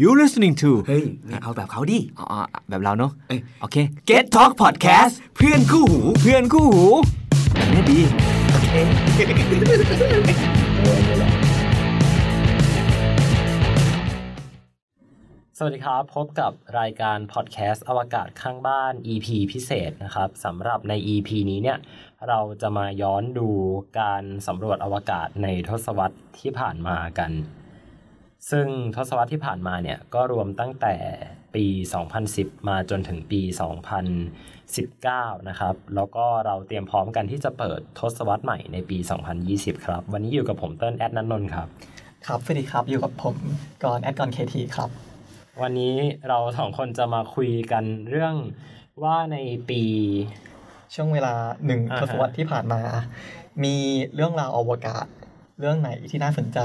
you listening to เฮ้ยเนี่ยเอาแบบเขาดิ อ๋ออ๋อแบบเราเนาะ เอ้ย โอเค Get Talk Podcast เพื่อนคู่หู เพื่อนคู่หูแบบนี้ดี สวัสดีครับ พบกับรายการพอดแคสต์อวกาศข้างบ้าน EP พิเศษนะครับสำหรับใน EP นี้เนี่ยเราจะมาย้อนดูการสำรวจอวกาศในทศวรรษที่ผ่านมากัน ซึ่งทศวรรษที่ผ่านมาเนี่ยก็รวมตั้งแต่ปี 2010 มาจนถึงปี 2019 นะครับ แล้วก็เราเตรียมพร้อมกันที่จะเปิดทศวรรษใหม่ในปี 2020 ครับ วันนี้อยู่กับผมเติ้ลแอดนันนนท์ครับ ครับสวัสดีครับอยู่กับผมกรแอดกรเคทีครับ วันนี้เราสองคนจะมาคุยกันเรื่องว่าในปี ช่วงเวลาหนึ่ง อ่า ท ฮะ ศวรรษที่ผ่านมา มีเรื่องราวอวกาศ เรื่องไหนที่น่าสนใจ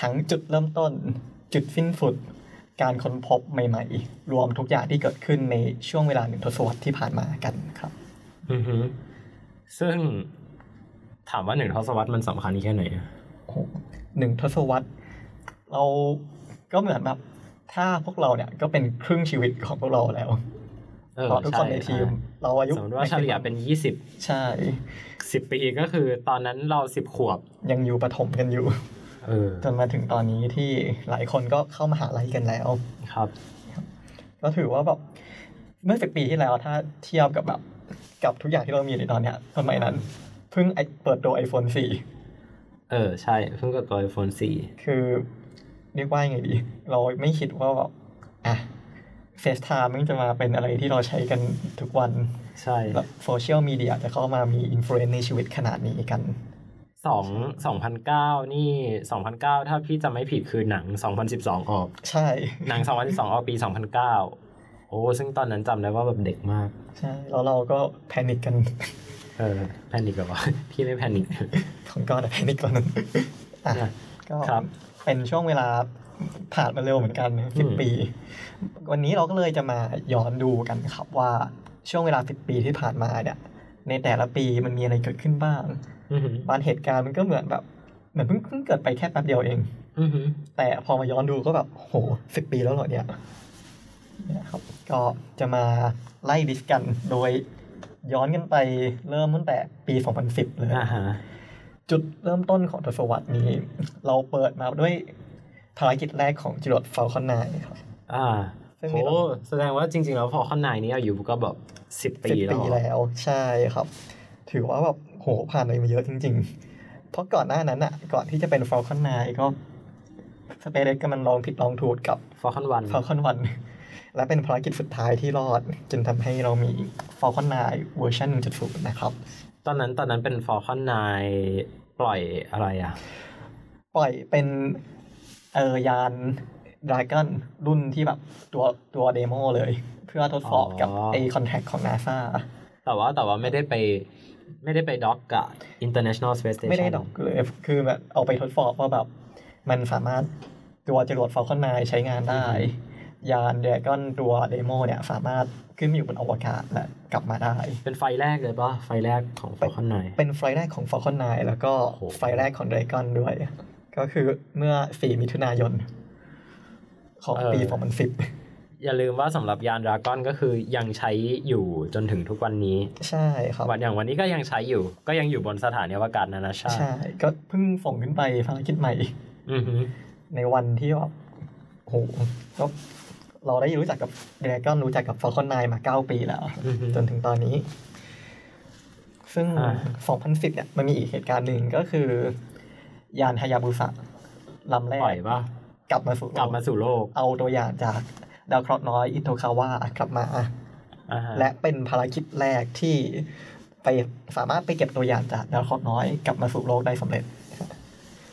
ทั้งจุดเริ่มต้น จุดสิ้นสุด การค้นพบใหม่ๆ รวมทุกอย่างที่เกิดขึ้นในช่วงเวลาหนึ่งทศวรรษที่ผ่านมากันครับ ซึ่งถามว่าหนึ่งทศวรรษมันสำคัญแค่ไหนอะ โอ้โหหนึ่งทศวรรษเราก็เหมือนแบบ ถ้าพวกเราเนี่ยก็เป็นครึ่งชีวิตของพวกเราแล้ว เออ เพราะทุกคนในทีม ช่ เราอายุ สมมติว่าเฉลี่ยเป็นยี่สิบ ใช่ สิบปีก็คือตอนนั้นเราสิบขวบ ยังอยู่ประถมกันอยู่ เออ จนมาถึงตอนนี้ที่หลายคนก็เข้ามหาลัยกันแล้ว ครับ ก็ถือว่าแบบเมื่อสิบปีที่แล้วถ้าเทียบกับแบบกับทุกอย่างที่เรามีในตอนเนี้ยสมัยนั้นเพิ่งไอเปิดตัว iPhone เออ ใช่ เพิ่งเกับตัว iPhone 4 4 คือเรียกว่ายังไงดี เราไม่คิดว่าแบบอ่ะเฟซไทม์มันจะมาเป็นอะไรที่เราใช้กันทุกวัน ใช่ แบบโซเชียลมีเดียจะเข้ามามีอิ f ฟ u e n c e ในชีวิตขนาดนี้กัน สองสองพันเก้านี่สองพันเก้าถ้าพี่จำไม่ผิดคือหนังสองพันสิบสองออก ใช่ หนังสองพันสิบสองออกปีสองพันเก้าโอ้ ซึ่งตอนนั้นจำได้ว่าแบบเด็กมาก ใช่แล้วเราก็แพนิค กัน เออแพนิคแบบว่า พี่ไม่แพนิค ของก้อนอะแพนิคตอนนั้น อ่ะ นะ ก็ ครับ เป็นช่วงเวลาผ่านมาเร็วเหมือนกันสิบปี วันนี้เราก็เลยจะมาย้อนดูกันครับว่าช่วงเวลาสิบปีที่ผ่านมาเนี่ยในแต่ละปีมันมีอะไรเกิดขึ้นบ้าง อือหือบ างเหตุการณ์มันก็เหมือนแบบเหมือนเพิ่งเพิ่งเกิดไปแค่แป๊บเดียวเอง อือหือ แต่พอมาย้อนดูก็แบบโหสิบปีแล้วเหรอเนี่ยเนี่ยครับ ก็จะมาไล่ดิสกันโดยย้อนกันไปเริ่มตั้งแต่ปี 2010 เลย อ่าฮะ จุดเริ่มต้นของทศวรรษนี้ เราเปิดมาด้วยภารกิจแรกของจรวด f ฟลคอนไนครับ อ่า ซึ่ง โห มีเรา แสดงว่าจริง ๆ แล้วพอข้อนในนี้อายุก็แบบสิบปี สิบ แล้ว ปี อะ แล้วใช่ครับ ถือว่าแบบโหผ่านอะไรมาเยอะจริง ๆ เพราะก่อนหน้านั้นอ่ะ ก่อนที่จะเป็น f ฟลคอนไนก็สเปเล็กก็มันลองผิดลองถูกกับ ฟอคันวัน f ฟลคอนวันและเป็นภารกิจสุดท้ายที่รอด จนทำให้เรามี f ฟลคอนไนเวอร์ชัน1.0 นะครับ ตอนนั้นตอนนั้นเป็นฟอคันไนปล่อยอะไรอ่ะ ปล่อยเป็นเออยานดราก้อนรุ่นที่แบบตัวตัวเดโมเลย เพื่อทดสอบกับ อ๋อ ไอคอนแทคของนาซา แต่ว่าแต่ว่าไม่ได้ไปไม่ได้ไปด็อกกับ International Space Station ไม่ได้ดอกเลย คือแบบเอาไปทดสอบว่าแบบ มันสามารถตัวจรวด f ฟลคอนไนใช้งานได้ ยานดราก้อนตัวเดโมเนี่ย สามารถขึ้นไปอยู่บนอวกาศและกลับมาได้ เป็นไฟล์แรกเลยปะไฟล์แรกของฟอคันไน เป็นไฟล์แรกของ f ฟลคอนไนแล้วก็ โอ้โห ไฟล์แรกของดราก้อนด้วย ก็คือเมื่อ 4 มิถุนายน ของปี 2010 อย่าลืมว่าสำหรับยานดราก้อนก็คือยังใช้อยู่จนถึงทุกวันนี้ ใช่ครับ วันอย่างวันนี้ก็ยังใช้อยู่ ก็ยังอยู่บนสถานีอวกาศนานาชาติ ใช่ก็เพิ่งส่งขึ้นไปภารกิจใหม่ อือหือ ในวันที่แบบโหก็เราได้รู้จักกับเดรกอนรู้จักกับฟอลคอนไนมาเก้าปีแล้ว อือฮึ จนถึงตอนนี้ ซึ่ง อ่า 2010 เนี่ย มันมีอีกเหตุการณ์หนึ่งก็คือ ยานฮายาบุสะลำแร ปกล่อยปะ กลับมาสู่โ กลับมาสู่โลก เอาตัวอย่างจากดาวเคราะห์น้อยอิโตคาวะกลับมา อ่าฮ และเป็นภารกิจแรกที่ไปสามารถไปเก็บตัวอย่างจากดาวเคราะห์น้อยกลับมาสู่โลกได้สำเร็จ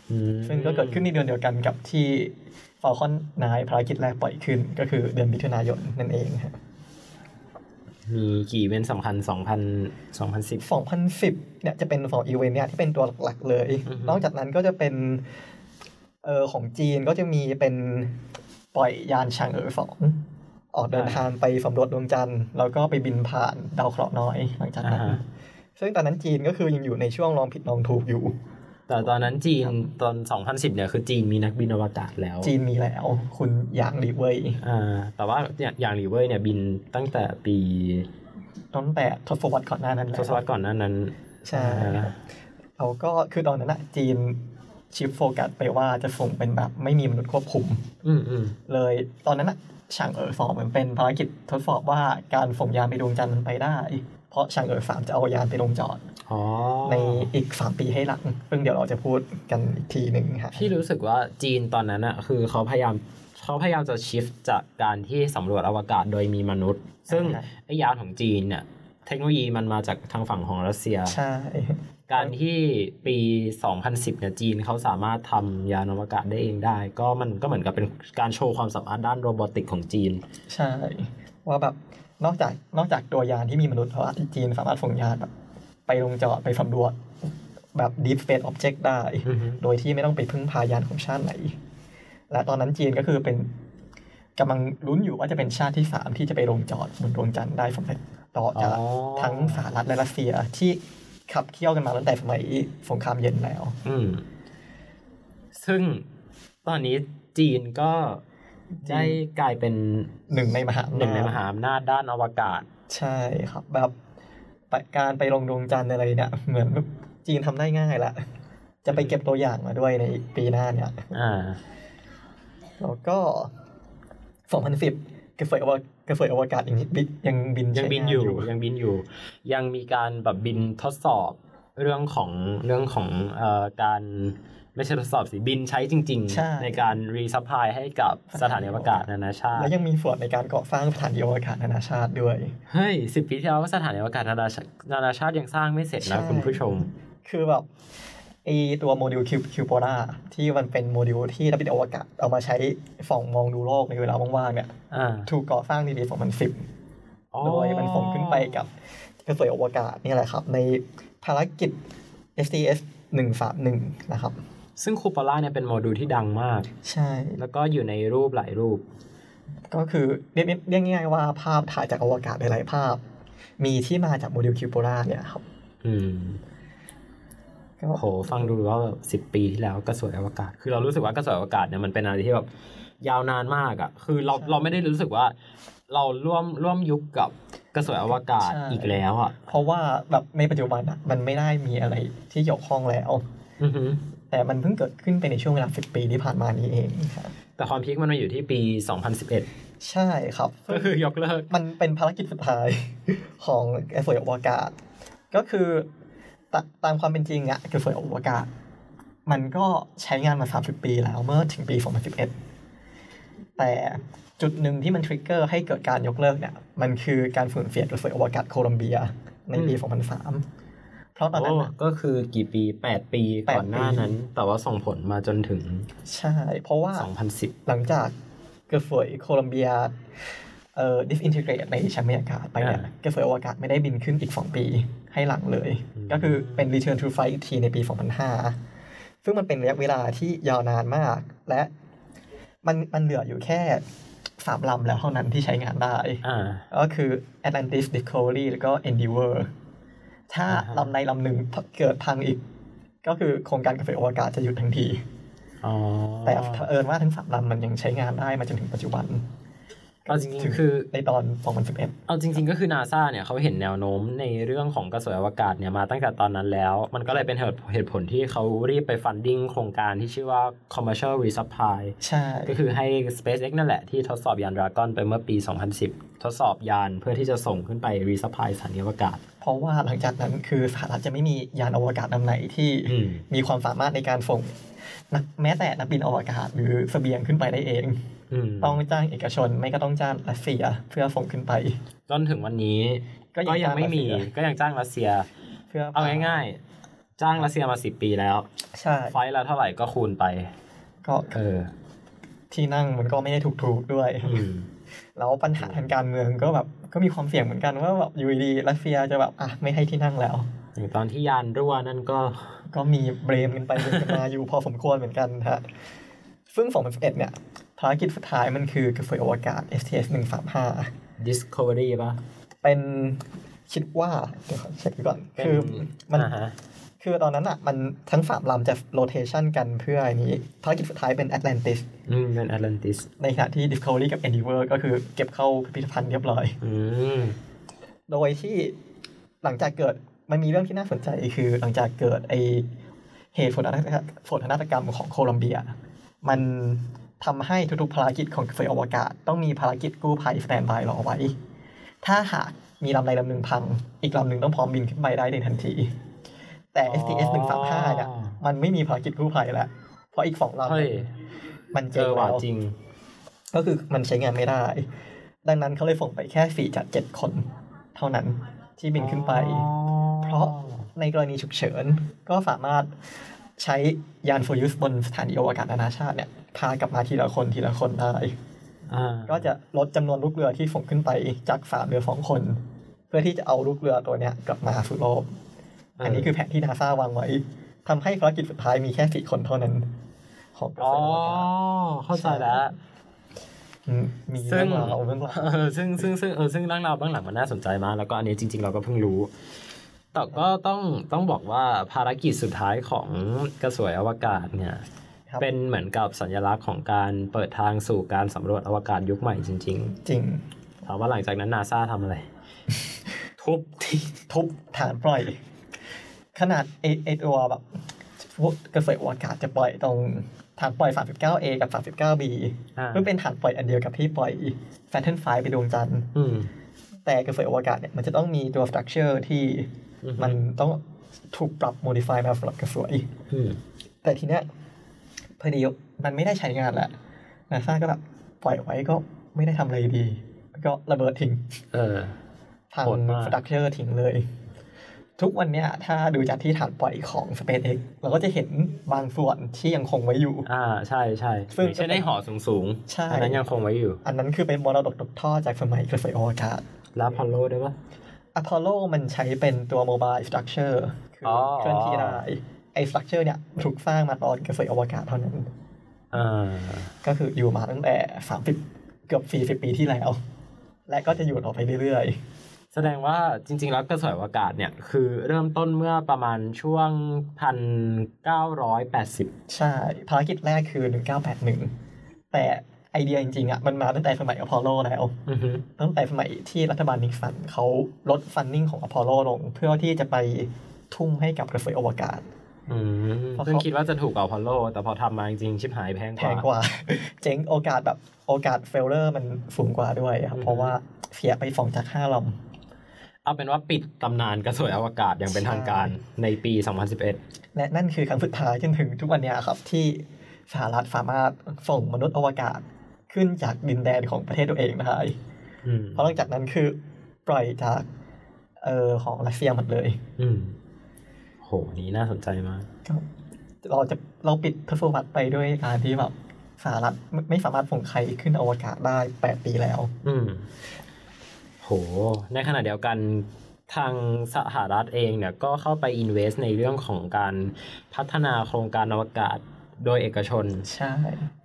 อืม ซึ่งก็เกิดขึ้นในเดือนเดียวกันกับที่ Falcon 9ภารกิจแรกปล่อยขึ้น ก็คือเดือนมิถุนายนนั่นเองฮะ มีกี่อีเวนต์สำคัญ 2,000 2010 2010 เนี่ยจะเป็นสองอีเวนต์เนี่ยที่เป็นตัวหลักๆเลย อือฮึ นอกจากนั้นก็จะเป็นเออของจีนก็จะมีเป็นปล่อยยานชางเอ๋อสองออกเดินทางไปสำรวจดวงจันทร์แล้วก็ไปบินผ่านดาวเคราะห์น้อยหลังจาก อ่า นั้น ฮะ ซึ่งตอนนั้นจีนก็คือยังอยู่ในช่วงลองผิดลองถูกอยู่ แต่ตอนนั้นจีนตอน 2010 เนี่ยคือจีนมีนักบินอวกาศแล้ว จีนมีแล้ว คุณอยากรีเว้ย อ่าแต่ว่าเนี่ยอย่างหลีเว่ยเนี่ยบินตั้งแต่ปี ตั้งแต่ทศวรรษก่อนหน้านั้นแล้ ท ว ศวรรษก่อนหน้านั้น ใช่ เราก็คือตอนนั้นนะจีนชิปโฟกัสไปว่าจะส่งเป็นแบบไม่มีมนุษย์ควบคุม อืมอืม เลยตอนนั้นนะฉางเอ๋อสองเหมือนเป็นภารกิจทดสอบว่าการส่งยานไปดวงจันทร์มันไปได้ เพราะฉางเอ๋อสามจะเอายานไปลงจอด อ๋อ ในอีก 3 ปีให้หลัง ซึ่งเดี๋ยวเราจะพูดกันอีกทีหนึ่งฮะ พี่รู้สึกว่าจีนตอนนั้นอะคือเขาพยายามเขาพยายามจะชิฟจากการที่สำรวจอวกาศโดยมีมนุษย์ ซึ่งไอ้ยานของจีนเนี่ยเทคโนโลยีมันมาจากทางฝั่งของรัสเซีย ใช่ การที่ปี 2010 เนี่ยจีนเขาสามารถทำยานอวกาศได้เองได้ ก็มันก็เหมือนกับเป็นการโชว์ความสามารถด้านโรบอติกของจีน ใช่ ว่าแบบนอกจากนอกจากตัวยานที่มีมนุษย์แล้วอะจีนสามารถส่งยานแบบไปลงจอดไปสำรวจแบบ deep space object ได้ อือฮึ โดยที่ไม่ต้องไปพึ่งพายานของชาติไหน และตอนนั้นจีนก็คือเป็นกำลังลุ้นอยู่ว่าจะเป็นชาติที่สามที่จะไปลงจอดบนดวงจันทร์ได้สำเร็จต่อจาก อ๋อ ทั้งสหรัฐและรัสเซียที่ขับเคี่ยวกันมาตั้งแต่สมัยสงครามเย็นแล้ว อืมซึ่งตอนนี้จีนก็ได้กลายเป็น หนึ่งในมหาอำ ห จ นึ่งในมหาอำนาจด้านอวกาศ ใช่ครับ แบบไปการไปลงดวงจันทร์อะไรเนี่ย เหมือนแบบจีนทำได้ง่ายละ จะไปเก็บตัวอย่างมาด้วยในปีหน้าเนี่ย อ่า แล้วก็ 2010กระเฟยอวกระเฟยอวกาศยังบินยังบิน ยัง ใช้า บินอยู่ยังบินอยู่ ยังมีการแบบบินทดสอบเรื่องของเรื่องของเอ่อการไม่ใช่ทดสอบสิบินใช้จริง ใช่ ๆ ในการรีซัพพลายให้กับสถานีอวกาศนานาชาติ แล้วยังมีส่วนในการก่อสร้างสถานีอวกาศนานาชาติด้วย เฮ้ยสิบปีที่แล้วสถานีอวกาศนานาชาตินานาชาติยังสร้างไม่เสร็จนะ ใช่ คุณผู้ชม คือแบบไอตัวโมดูลคิวคิวโปราที่มันเป็นโมดูลที่นักบินอวกาศเอามาใช้ส่องมองดูโลกในเวลาว่างๆเนี่ย อ่า ถูกก่อสร้างในปี2010 โดยมันส่งขึ้นไปกับกระสวยอวกาศนี่แหละครับ ในภารกิจ STS 131 นะครับ ซึ่งคูปอล่าเนี่ยเป็นโมดูลที่ดังมาก ใช่ แล้วก็อยู่ในรูปหลายรูป ก็คือเรียกเรียกง่ายๆว่าภาพถ่ายจากอวกาศหลายๆภาพ มีที่มาจากโมดูลคิวโปราเนี่ยครับ อืม ก็ โหฟังดูแล้วแบบสิบปีที่แล้วกระสวยอวกาศ คือเรารู้สึกว่ากระสวยอวกาศเนี่ยมันเป็นอะไรที่แบบยาวนานมากอะ่ะ คือเราเราไม่ได้รู้สึกว่า เราร่วมร่วมยุคกับกระสวยอวกาศอีกแล้วอะ่ะ เพราะว่าแบบในปัจจุบันอะมันไม่ได้มีอะไรที่เกี่ยวข้องแล้ว อือหือ แต่มันเพิ่งเกิดขึ้นไปในช่วงเวลา 10 ปีที่ผ่านมานี้เองครับ แต่ความพีคมันมาอยู่ที่ปี 2011 ใช่ครับ ก็คือยกเลิก มันเป็นภารกิจสุดท้าย ของกระสวยอวกาศ ก็คือตะตามความเป็นจริงอะกระสวยอวกาศ มันก็ใช้งานมา 30 ปีแล้วเมื่อถึงปี 2011 แต่จุดหนึ่งที่มันทริกเกอร์ให้เกิดการยกเลิกเนี่ย มันคือการสูญเสียกระสวยอวกาศโคลัมเบีย ในปี อืม 2003 เพราะตอนนั้ โอ้ นน่ะ ก็คือกี่ปี 8 ปี แปดปี ก่อนหน้านั้น แต่ว่าส่งผลมาจนถึง ใช่ เพราะว่า 2010 หลังจากเกระเฟยโคลัมเบียเอ่อดิสอินทิเกรตในชั้นบรรยากาศไปเนี่ย อ่า เกระเฟยอวกาศไม่ได้บินขึ้นอีก 2 ปีให้หลังเลย อืม ก็คือเป็น Return to Flight อีกทีในปี 2005 ซึ่งมันเป็นระยะเวลาที่ยาวนานมาก และมันมันเหลืออยู่แค่ 3 ลำแล้วเท่านั้นที่ใช้งานได้ อ่า ก็คือ Atlantis Discovery แล้วก็ Endeavour ถ้า อ่าฮะ ลำใดลำหนึ่งเกิดพังอีก ก็คือโครงการกระเฟยอวกาศจะหยุดทันที อ๋อ แต่เผอิญว่าทั้งสามลำมันยังใช้งานได้มาจนถึงปัจจุบัน เอาจริงๆ ถึ คือ ในตอน เอาจริงๆก็คือนาซาเนี่ยเขาเห็นแนวโน้มในเรื่องของกระสวยอวกาศเนี่ยมาตั้งแต่ตอนนั้นแล้ว มันก็เลยเป็นเหตุเหตุผลที่เขารีบไปฟันดิ้งโครงการที่ชื่อว่า commercial resupply 2011 ใช่ ก็คือให้ SpaceX นั่นแหละที่ทดสอบยานดราก้อนไปเมื่อปี 2010 ทดสอบยานเพื่อที่จะส่งขึ้นไป resupply สถานีอวกาศ เพราะว่าหลังจากนั้นคือสหรัฐจะไม่มียานอวกาศลำไหนที่ อืม มีความสามารถในการส่งนักแม้แต่นักบินอวกาศหรือเสบียงขึ้นไปได้เอง อืม ต้องจ้างเอกชนไม่ก็ต้องจ้างรัสเซียเพื่อส่งขึ้นไป จนถึงวันนี้ ก็ยัง ก็ยังไม่มี จ้างรัสเซีย ก็ยังจ้างรัสเซีย เพื่อ เอาง่ายๆ จ้างรัสเซียมา 10 ปีแล้ว ๆใช่ ไฟล์ละเท่าไหร่ก็คูณไป ก็ เออ ที่นั่งมันก็ไม่ได้ถูกๆด้วย อืม แล้วปัญหาทางการเมืองก็แบบก็มีความเสี่ยงเหมือนกันว่าแบบอยูดีๆรัสเซียจะแบบอ่ะไม่ให้ที่นั่งแล้ว อย่างตอนที่ยานรั่วนั่นก็ ก็มีเบรมกันไปเบรมกันมา อยู่พอสมควรเหมือนกันฮะ ซึ่ง 2011 เนี่ยภารกิจสุดท้ายมันคือกระสวยอวกาศ STS 135 Discovery ป่ะ เป็น คิดว่าเดี๋ยวขอเช็คดูก่อน เป็น คือมัน อ่าฮะ คือตอนนั้นอ่ะมันทั้งสามลำจะโรเทชันกันเพื่ออันนี้ภารกิจสุดท้ายเป็นแอตแลนติส อืมเป็นแอตแลนติส ในขณะที่ Discovery กับ Endeavour ก็คือเก็บเข้าพิพิธภัณฑ์เรียบร้อย อืม โดยที่หลังจากเกิดมันมีเรื่องที่น่าสนใจคือหลังจากเกิดไอเหตุฝนนาฏฝนนาฏกรรมของโคลอมเบีย มันทำให้ทุกๆภารกิจของเฟยอวกาศ ต้องมีภารกิจกู้ภัยสแตนบายรอไว้ ถ้าหากมีลำใดลำหนึ่งพัง อีกลำหนึ่งต้องพร้อมบินขึ้นไปได้ในทันที แต่ STS 135เนี่ยมันไม่มีภารกิจกู้ภัยแล้ว เพราะอีกสองลำ เฮ้ย มัน เจ เจ๊ง อ แล้ ว่ะ ว จริง ก็คือมันใช้งานไม่ได้ ดังนั้นเขาเลยส่งไปแค่สี่จากเจ็ดคน เท่านั้นที่บินขึ้นไป เพราะในกรณีฉุกเฉิน ก็สามารถใช้ยานโฟยุสบนสถานีอวกาศนานาชาติเนี่ย พากลับมาทีละคนทีละคนได้ อ่า ก็จะลดจำนวนลูกเรือที่ส่งขึ้นไปจากสามเรือสองคน เพื่อที่จะเอาลูกเรือตัวเนี้ยกลับมาสู่โลก อันนี้คือแผนที่นาซาวางไว้ทำให้ภารกิจสุดท้ายมีแค่สี่คนเท่านั้น ของกระ อ๋อ ทรวงอวกาศ เข้าใจแล้ว มมี ซึ่ เรื่อง งราวเรื่องราว เออซึ่งซึ่งซึ่งเออซึ่งเรื่องราวเบื้องหลังมันน่าสนใจมากแล้วก็อันนี้จริง ๆ เราก็เพิ่งรู้ แต่ก็ต้องต้องบอกว่าภารกิจสุดท้ายของกระสวยอวกาศเนี่ย ครับ เป็นเหมือนกับสัญลักษณ์ของการเปิดทางสู่การสำรวจอวกาศยุคใหม่จริง จริง ๆถามว่าหลังจากนั้นนาซาทำ อะไร ทุบที่ ทุบฐานปล่อย ขนาดเอเอตัวแบบพวกกระสวยอวกาศจะปล่อยตรงฐานปล่อย 39A กับ 39B อ่า เพื่อเป็นฐานปล่อยอันเดียวกับที่ปล่อย Saturn V ไปดวงจันทร์ อืม แต่กระสวยอวกาศเนี่ยมันจะต้องมีตัว structure ที่ อือฮึ มันต้องถูกปรับ modify มาสำหรับกระสวย อืม แต่ทีเนี้ยพอดีมันไม่ได้ใช้งานแหละนาซาก็แบบปล่อยไว้ก็ไม่ได้ทำอะไรดี ก็ระเบิดทิ้ง เออ ทาง โหดมาก สตรัคเจอร์ทิ้ง เลย ทุกวันเนี้ยถ้าดูจากที่ฐานปล่อยของ SpaceX เราก็จะเห็นบางส่วนที่ยังคงไว้อยู่ อ่าใช่ใช่ ซึ่ง อย่างเช่นในหอสูงสูงๆ ใช่ อันนั้นยังคงไว้อยู่ อันนั้นคือเป็นมรดกตกทอดจากสมัยกระสวยอวกาศ แล้วพอลโลได้ปะ อพอลโลมันใช้เป็นตัวโมบายสตรัคเจอร์คืออ อ เคลื่อนที่ได้ไอ้สตรัคเจอร์เนี่ยถูกสร้างมาตอนกระสวยอวกาศเท่านั้น อ่า ก็คืออยู่มาตั้งแต่สามสิบเกือบสี่สิบปีที่แล้ว และก็จะอยู่ต่อไปเรื่อย แสดงว่าจริง ๆ แล้วกระสวยอวกาศเนี่ย คือเริ่มต้นเมื่อประมาณช่วงพันเก้าร้อยแปดสิบ ๆ ใช่ ภารกิจแรกคือ 1981 แต่ไอเดียจริงๆอ่ะมันมาตั้งแต่สมัยอพอลโลแล้ว ตั้งแต่สมัยที่รัฐบาลนิกสันเขาลดฟันนิ่งของอพอลโลลง เพื่อที่จะไปทุ่มให้กับกระสวยอวกาศ เพราะเขา ซึ่งคิดว่าจะถูกกว่าพอลโล แต่พอทำมาจริงๆ ชิบหายแพง แพ กว่า งกว่า เจ๊งโอกาสแบบโอกาสเฟลเลอร์มันสูงกว่าด้วยครับ อือฮึ เพราะว่าเสียไปสองจากห้าล เอาเป็นว่าปิดตำนานกระสวยอวกาศอย่างเป็นทางการ ใช่ ในปี ำและนั่นคือครั้งสุดท้ายจนถึงทุกวันเนี้ยครับ ที่สหรัฐสามารถส่งมนุษย์อวกาศขึ้นจากดินแดนของประเทศตัวเองได้ 2011อืม เพราะหลังจากนั้นคือปล่อยจากเออของรัสเซียหมดเลย อืมโห นี่น่าสนใจมาก ก็เราจะเราปิดทศวรรษไปด้วยการที่แบบสหรัฐไม่ไม่สามารถส่งใครขึ้นอวกาศได้แปดปีแล้ว อืม โห ในขณะเดียวกันทางสหรัฐเองเนี่ยก็เข้าไปอินเวสในเรื่องของการพัฒนาโครงการอวกาศโดยเอกชน ใช่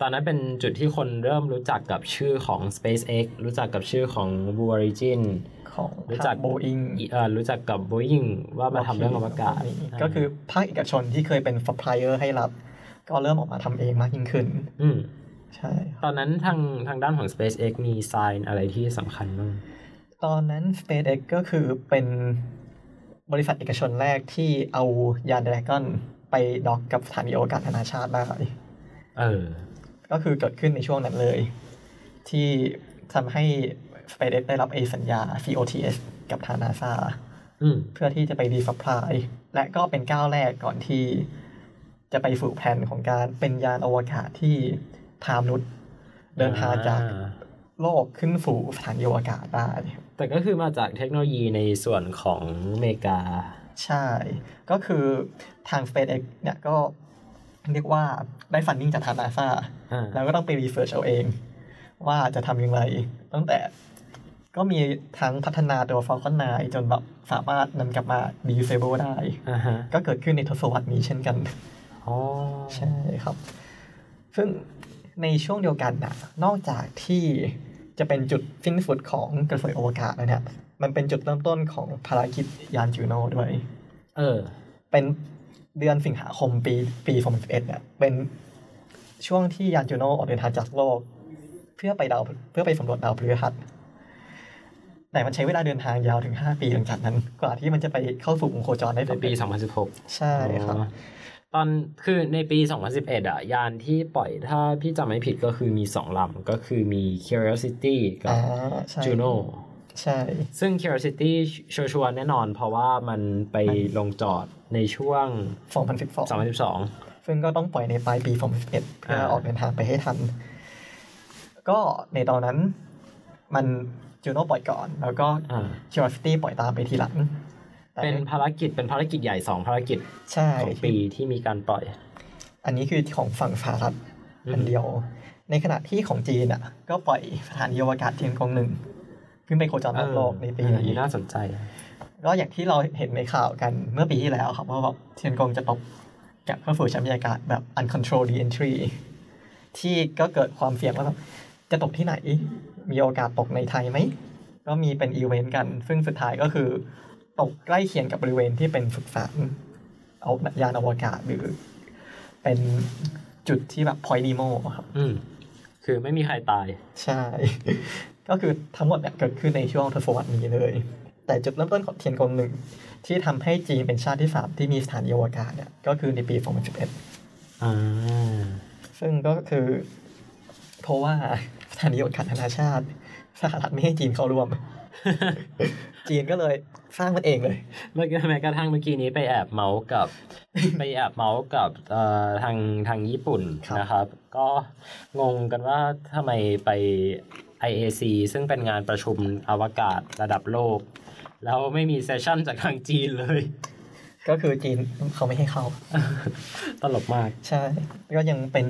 ตอนนั้นเป็นจุดที่คนเริ่มรู้จักกับชื่อของ SpaceX รู้จักกับชื่อของ Virgin ของ รู้จัก โบอิง เอ่อรู้จักกับ Boeing ว่ามาทำเรื่องอวกาศ ก็คือภาคเอกชนที่เคยเป็นซัพพลายเออร์ให้รับ ก็เริ่มออกมาทำเองมากยิ่งขึ้น อืม ใช่ครับ ตอนนั้นทางทางด้านของ SpaceX มีไซน์อะไรที่สำคัญบ้าง ตอนนั้น SpaceX ก็คือเป็นบริษัทเอกชนแรกที่เอายาน Dragon ไปด็อกกับสถานีอวกาศนานาชาติได้ เออ ก็คือเกิดขึ้นในช่วงนั้นเลย ที่ทำให้ SpaceX ได้รับไอสัญญา COTS กับทางนาซา อืม เพื่อที่จะไปรีสัพพลายและก็เป็นก้าวแรกก่อนที่จะไปสู่แผนของการเป็นยานอวกาศที่พามนุษย์ เดินทางจากโลกขึ้นสู่สถานีอวกาศได้ แต่ก็คือมาจากเทคโนโลยีในส่วนของอเมริกา ใช่ ก็คือทาง SpaceX เนี่ยก็เรียกว่าได้ฟันนิ่งจากทางนาซา อ่า แล้วก็ต้องไปรีเสิร์ชเอาเอง ว่าจะทำอย่างไร ตั้งแต่ก็มีทั้งพัฒนาตัว Falcon 9 จนแบบสามารถนำกลับมา disable ได้ อ่าฮะ ก็เกิดขึ้นในทศวรรษนี้เช่นกัน อ๋อ ใช่ครับ ซึ่งในช่วงเดียวกันนะนอกจากที่ จะเป็นจุดสิ้นสุดของกระสวยอวกาศนะเนี่ยมันเป็นจุดเริ่มต้นของภารกิจยานจูโน่ด้วย เออ เป็นเดือนสิงหาคมปีปี2011เนี่ยเป็นช่วงที่ยานจูโน่ออกเดินทางจากโลก เพื่อไปดาวเพื่อไปสำรวจดาวพฤหัสแต่มันใช้เวลาเดินทางยาวถึง 5 ปีหลังจากนั้น กว่าที่มันจะไปเข้าสู่วงโคจรได้ ใน สำ ปี เร็จ 2016 ใช่ครับ อ๋อตอนคือในปี 2011 อ่ะ ยานที่ปล่อยถ้าพี่จำไม่ผิดก็คือมี 2 ลำ ก็คือมี Curiosity กับ อ่าใช่ Juno ใช่ ซึ่ง Curiosity ชัวร์ๆแน่นอน เพราะว่ามันไปลงจอดในช่วง 2012 2012 ซึ่งก็ต้องปล่อยในปลายปี 2011 เพื่อ อ่า ออกเดินทางไปให้ทัน ก็ในตอนนั้นมันจูโน่ปล่อยก่อน แล้วก็ อ่า คิวริตี้ปล่อยตามไปทีหลังแต่ เป็นภารกิจเป็นภารกิจใหญ่ 2 ภารกิจ ใช่ ของปีที่มีการปล่อย อันนี้คือของฝั่งสหรัฐ อืม อันเดียว ในขณะที่ของจีนอ่ะ ก็ปล่อยสถานีอวกาศเทียนกงหนึ่งขึ้นไปโคจรรอบโลกในปี เอออั นี้ น่าสนใจ ก็อย่างที่เราเห็นในข่าวกันเมื่อปีที่แล้วครับว่าแบบเทียนกงจะตกกลับเข้าสู่ชั้นบรรยากาศแบบ uncontrolled entry ที่ก็เกิดความเสี่ยงว่าแบบจะตกที่ไหน มีโอกาสตกในไทยไหม ก็มีเป็นอีเวนต์กัน ซึ่งสุดท้ายก็คือตกใกล้เคียงกับบริเวณที่เป็นฝึกฝานเอายานอวกาศหรือเป็นจุดที่แบบ point nemo ครับ อืมคือไม่มีใครตาย ใช่ ก็คือทั้งหมดเนี่ยเกิดขึ้นในช่วงทศวรรษนี้เลย แต่จุดเริ่มต้นของเทียนกงหนึ่งที่ทำให้จีนเป็นชาติที่สามที่มีสถานีอวกาศเนี่ยก็คือในปี 2011 อ่า ซึ่งก็คือเพราะว่าสถานีอวกาศนานาชาติสหรัฐไม่ให้จีนเข้าร่วม จีนก็เลยสร้างมันเองเลย เมื่อกี้แม้กระทั่งเมื่อกี้นี้ไปแอบเมาส์กับ ไปแอบเมาส์กับเอ่อทางทางญี่ปุ่น ครับ นะครับ ก็งงกันว่าทำไมไป IAC ซึ่งเป็นงานประชุมอวกาศระดับโลก แล้วไม่มีเซสชั่นจากทางจีนเลย ก็คือจีนเขาไม่ให้เข้า ตลกมาก ใช่ก็ยังเป็น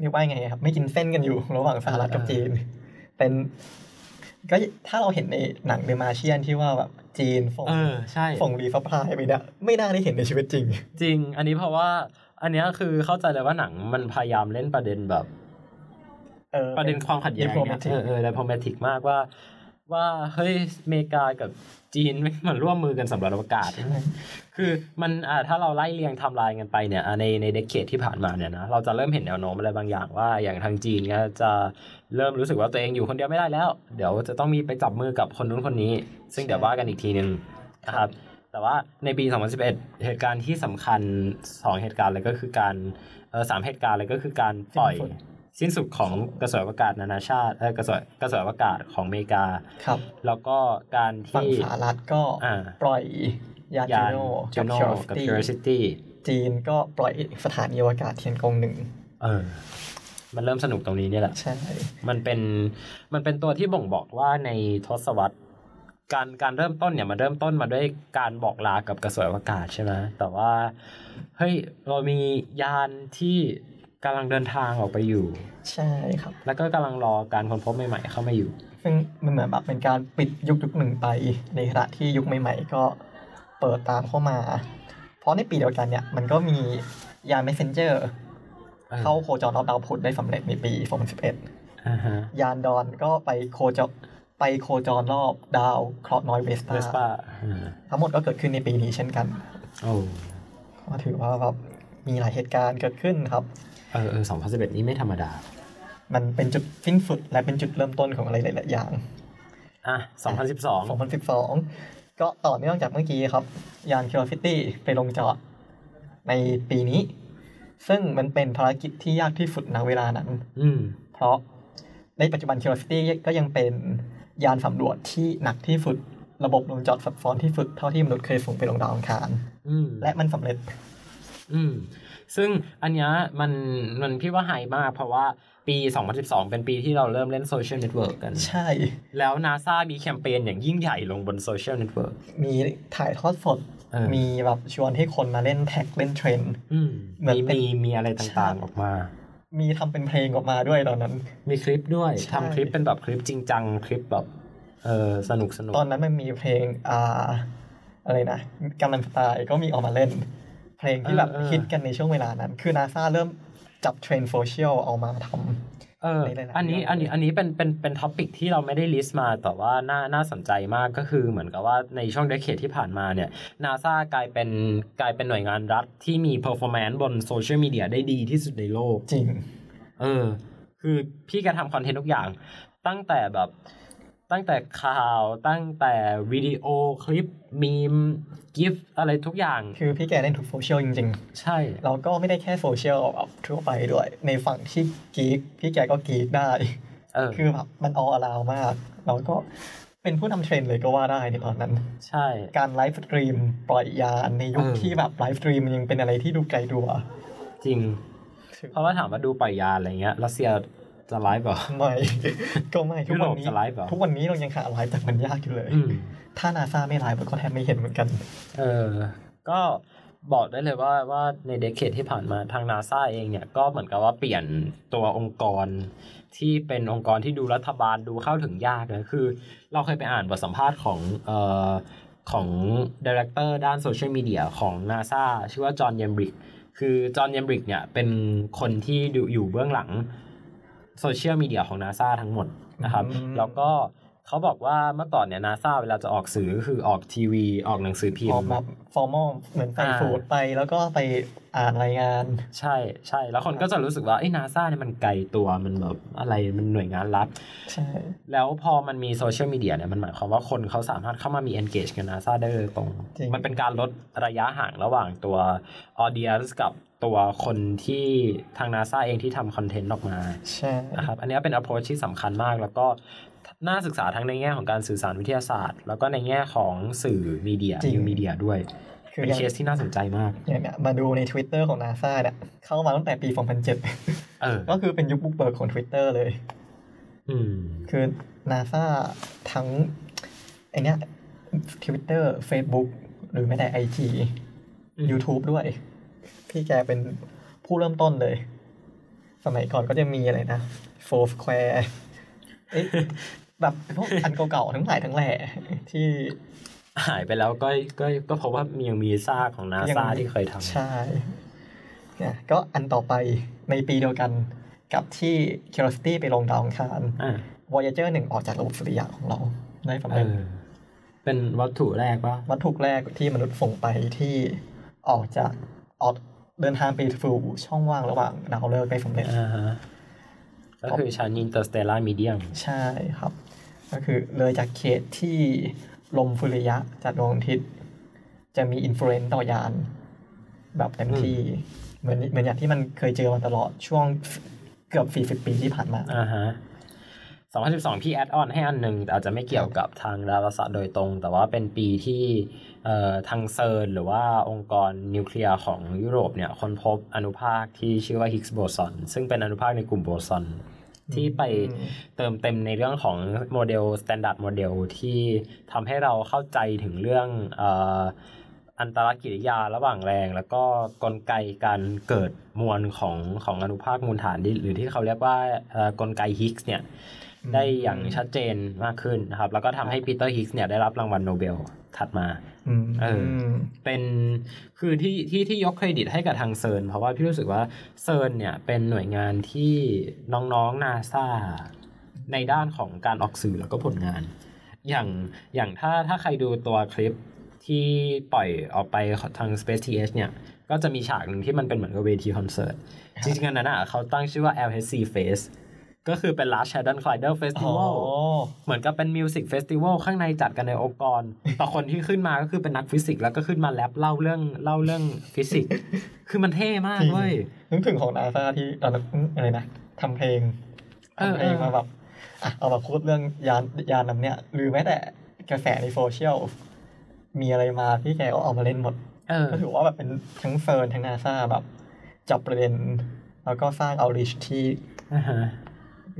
เรียกว่าไงครับ ไม่กินเส้นกันอยู่ ระหว่างสหรัฐกับจีน เป็นก็ถ้าเราเห็นในหนังเดมาเชียนที่ว่าแบบจีนส่ง เออ ใช่ ส่งรีฟัพพลายไปเนี่ยไม่น่าได้เห็นในชีวิตจริง จริง อันนี้เพราะว่า อันเนี้ยคือเข้าใจเลยว่าหนังมันพยายามเล่นประเด็นแบบ เออ ประเด็นความขัดแย้งเนี่ย diplomatic เออเออ diplomatic มากว่า ว่าเฮ้ยอเมริกากับจีน ไม่มันร่วมมือกันสำหรับอวกาศ คือมันอ่าถ้าเราไล่เรียงไทำลายกันไปเนี่ยอ่าในในเดเคดที่ผ่านมาเนี่ยนะเราจะเริ่มเห็นแนวโน้มอะไรบางอย่างว่าอย่างทางจีนเนี่ยจะเริ่มรู้สึกว่าตัวเองอยู่คนเดียวไม่ได้แล้ว เดี๋ยวจะต้องมีไปจับมือกับคนนู้นคนนี้ ซึ่งเดี๋ยวว่ากันอีกทีหนึ่งนะครับ แต่ว่าในปี 2011 เหตุการณ์ที่สำคัญสองเหตุการณ์เลยก็คือการเออสามเหตุการณ์เลยก็คือการปล่อย สิ้นสุด สิ้นสุดของกระสวยอวกาศนานาชาติเออกระสวยกระสวยอวกาศของอเมริกา ครับ แล้วก็การ ฝั่ง ที่ สหรัฐก็ อ่า ปล่อยยาน ยา จู น โน่ จูโน่กับ คิวริตี้ Curiosity จีนก็ปล่อยสถานีอวกาศเทียนกงหนึ่ง เออ มันเริ่มสนุกตรงนี้เนี่ยแหละ ใช่ มันเป็น มันเป็นตัวที่บ่งบอกว่าในทศวรรษ การ การเริ่มต้นเนี่ย มันเริ่มต้นมาด้วยการบอกลากับกระสวยอวกาศใช่ไหมแต่ว่า เฮ้ย เรามียานที่กำลังเดินทางออกไปอยู่ ใช่ครับ แล้วก็กำลังรอการค้นพบใหม่ๆเข้ามาอยู่ ซึ่งมันเหมือนแบบเป็นการปิดยุคยุคหนึ่งไป ในขณะที่ยุคใหม่ ๆ ก็เปิดตามเข้ามา เพราะในปีเดียวกันเนี่ย มันก็มียาน messenger เออ เข้าโคจรรอบดาวพุธได้สำเร็จในปี 2011 อ่าฮะ ยานดอนก็ไปโคจรไปโคจรรอบดาวเคราะห์น้อยเวส เวสปาป้าทั้งหมดก็เกิดขึ้นในปีนี้เช่นกัน โอ้ ก็ถือว่าแบบมีหลายเหตุการณ์เกิดขึ้นครับ เออเออสองพันสิบเอ็ดนี้ไม่ธรรมดา มันเป็นจุดสิ้นสุดและเป็นจุดเริ่มต้นของอะไรหลายๆอย่าง อ่ะสองพันสิบสอง 2012 ก็ต่อเนื่องจากเมื่อกี้ครับ ยาน Curiosity ไปลงจอดในปีนี้ ซึ่งมันเป็นภารกิจที่ยากที่สุดในเวลานั้น อืม เพราะในปัจจุบัน Curiosity ก็ยังเป็นยานสำรวจที่หนักที่สุด ระบบลงจอดซับซ้อนที่สุดเท่าที่มนุษย์เคยส่งไปลงดาวอังคาร อืม และมันสำเร็จ อืม ซึ่งอันเนี้ยมันมันพี่ว่าไฮมาก เพราะว่าปี 2012 เป็นปีที่เราเริ่มเล่นโซเชียลเน็ตเวิร์กกัน ใช่ แล้วนาซามีแคมเปญอย่างยิ่งใหญ่ลงบนโซเชียลเน็ตเวิร์ก มีถ่ายทอดสด เออ มีแบบชวนให้คนมาเล่นแท็กเล่นเทรนด์ อืม เหมือน มี เป็น มีมีอะไรต่างๆออกมา มีทำเป็นเพลงออกมาด้วยตอนนั้น มีคลิปด้วย ใช่ ทำคลิปเป็นแบบคลิปจริงจัง คลิปแบบเออสนุกสนุก ตอนนั้นมันมีเพลงอ่าอะไรนะกำลังตายก็มีออกมาเล่น เพลงที่แบบฮิตกันในช่วงเวลานั้น คือนาซาเริ่มจับเทรนด์โซเชียลเอามาท เออ ในหลายๆ อันนี้ เรื่อง อันนี้อันนี้เป็นเป็นเป็นท็อปิกที่เราไม่ได้ลิสต์มาแต่ว่าน่าน่าสนใจมากก็คือเหมือนกับว่าในช่วงเดคเคดที่ผ่านมาเนี่ยนาซากลายเป็นกลายเป็นหน่วยงานรัฐที่มีเพอร์ฟอร์แมนซ์บนโซเชียลมีเดียได้ดีที่สุดในโลก จริง เออ คือพี่แกทำคอนเทนต์ทุกอย่าง ตั้งแต่แบบ ตั้งแต่ข่าว ตั้งแต่วิดีโอคลิป มีม กิฟอะไรทุกอย่าง คือพี่แกเล่นทุกโซเชียลจริง ใช่ ๆ เราก็ไม่ได้แค่โซเชียลแบบทั่วไปด้วย ในฝั่งที่กีกพี่แกก็กีกได้ เออ คือแบบมันออลาวมาก เราก็เป็นผู้นำเทรนด์เลยก็ว่าได้ในตอนนั้น ใช่ การไลฟ์สตรีมปล่อยยานในยุค เออ ที่แบบไลฟ์สตรีมมันยังเป็นอะไรที่ดูไกลตัว จริง เพราะว่าถามว่าดูปล่อยยาอะไรเงี้ย รัสเซียจะไลฟ์เหรอ ไม่ ก็ไม่ทุกวันนี้ ยุโรปจะไลฟ์เหรอ ทุกวันนี้เรายังหาไลฟ์จากมันยากอยู่เลย อืม ถ้านาซาไม่ไลฟ์มันก็แทบไม่เห็นเหมือนกัน เออ ก็บอกได้เลยว่าว่าในเดคเคดที่ผ่านมาทางนาซาเองเนี่ยก็เหมือนกับว่าเปลี่ยนตัวองค์กร ที่เป็นองค์กรที่ดูรัฐบาลดูเข้าถึงยากนะคือ เราเคยไปอ่านบทสัมภาษณ์ของเอ่อของดีเรคเตอร์ด้านโซเชียลมีเดียของนาซาชื่อว่าจอห์นเยมบริกคือจอห์นเยมบริกเนี่ยเป็นคนที่ดูอยู่เบื้องหลังโซเชียลมีเดียของนาซาทั้งหมดนะครับ อืม แล้วก็เขาบอกว่าเมื่อก่อนเนี่ยนาซาเวลาจะออกสื่อก็คือออกทีวีออกหนังสือพิม ออก พ์ แบบฟอร์มอลเหมือนใส่ อ่า สูทไปแล้วก็ไปอ่านรายงาน ใช่ใช่แล้วคนก็จะรู้สึกว่าไอ้นาซาเนี่ยมันไกลตัวมันแบบอะไรมันหน่วยงานรัฐ ใช่ แล้วพอมันมีโซเชียลมีเดียเนี่ยมันหมายความว่าคนเขาสามารถเข้ามามี engage กับ NASA ได้โดยตรง มันเป็นการลดระยะห่างระหว่างตัว audience กับตัวคนที่ทาง NASA เองที่ทำคอนเทนต์ออกมา ใช่ นะครับอันเนี้ยเป็น approach ที่สำคัญมาก แล้วก็น่าศึกษาทั้งในแง่ของการสื่อสารวิทยาศาสตร์ แล้วก็ในแง่ของสื่อมีเดียนิวมีเดียด้วย คือ เป็น อย่าง เคสที่น่าสนใจมาก อย่างเนี้ยมาดูใน Twitter ของนาซาเนี่ยเข้ามาตั้งแต่ปี เออ 2007 ก็คือเป็นยุคบุกเบิกของ Twitter เลย อืม คือนาซาทั้งไอเนี้ย Twitter Facebook หรือแม้แต่ IG YouTube ด้วย พี่แกเป็นผู้เริ่มต้นเลย สมัยก่อนก็จะมีอะไรนะ Four Square เอ๊ะ แบบพวกอันเก่าๆทั้งหลายทั้งแหล่ที่ หายไปแล้วก็ก็ก็พบว่ามียังมีซากของ ยัง NASA ที่เคยทำ ใช่เนี่ยก็อันต่อไปในปีเดียวกันกับที่ Curiosity ไปลงดาวอังคาร อ่า Voyager 1 ออกจากระบบสุริยะของเราได้สำ เอ เร็จ อ เป็นวัตถุแรกป่ะ วัตถุแรกที่มนุษย์ส่งไปที่ออกจากออกเดินทางไปสู่ช่องว่างระหว่างดาวฤกษ์ไปสำเร็จ อ่าฮะ ก็คือชั้นอินเตอร์สเตล a า m มีเดียม ใช่ครับ ก็คือเลยจากเขตที่ลมสุริยะจากดวงอาทิตย์จะมีอินฟลูเอนซ์ต่อยาน แบบเต็มที่ เหมือนเหมือนอย่างที่มันเคยเจอมาตลอดช่วงเกือบ 40 ปีที่ผ่านมา อ่าฮะ 2012 พี่แอดออนให้อันหนึ่งแต่อาจจะไม่เกี่ยวกับทางดาราศาสตร์โดยตรง แต่ว่าเป็นปีที่เอ่อทางเซิร์นหรือว่าองค์กรนิวเคลียร์ของยุโรปเนี่ยค้นพบอนุภาคที่ชื่อว่าฮิกส์โบซอนซึ่งเป็นอนุภาคในกลุ่มโบซอนที่ไปเติมเต็มในเรื่องของโมเดล Standard Model ที่ทำให้เราเข้าใจถึงเรื่องเอ่ออันตรกิริยาระหว่างแรง แล้วก็กลไกการเกิดมวลของของอนุภาคมูลฐานที่หรือที่เขาเรียกว่าเอ่อกลไกฮิกส์เนี่ย ได้อย่างชัดเจนมากขึ้นนะครับ แล้วก็ทำให้ปีเตอร์ฮิกส์เนี่ยได้รับรางวัลโนเบลถัดมา อืม เอออื ม เป็นคือที่ที่ที่ยกเครดิตให้กับทางเซิร์นเพราะว่าพี่รู้สึกว่าเซิร์นเนี่ยเป็นหน่วยงานที่น้องๆนาซาในด้านของการออกสื่อแล้วก็ผลงาน อย่างอย่างถ้าถ้าใครดูตัวคลิปที่ปล่อยออกไปทาง Space TH เนี่ย ก็จะมีฉากหนึ่งที่มันเป็นเหมือนกับเวทีคอนเสิร์ต จริงๆอันนั้นอ่ะเขาตั้งชื่อว่า LHC Face ก็คือเป็น Large Hadron Collider อ๋อ Festival เหมือนกับเป็นมิวสิกเฟสติวัลข้างในจัดกันในองค์กร แต่คนที่ขึ้นมาก็คือเป็นนักฟิสิกส์แล้วก็ขึ้นมาแรปเล่าเรื่องเล่าเรื่องฟิสิกส์ คือมันเท่มาก จริง เว้ย นึกถึงของนาซาที่ตอนนั้นอะไรนะทำเพลง เออ ทำเพลง เออ มาแบบอ่ะเอามาพูดเรื่องยานยานนำเนี่ยหรือแม้แต่กระแสในโซเชียลมีอะไรมาพี่แกก็เอามาเล่นหมด เออ ก็ถือว่าแบบเป็นทั้งเฟิร์นทั้งนาซาแบบจับประเด็น แล้วก็สร้างเอาลิชที่ อ่าฮะ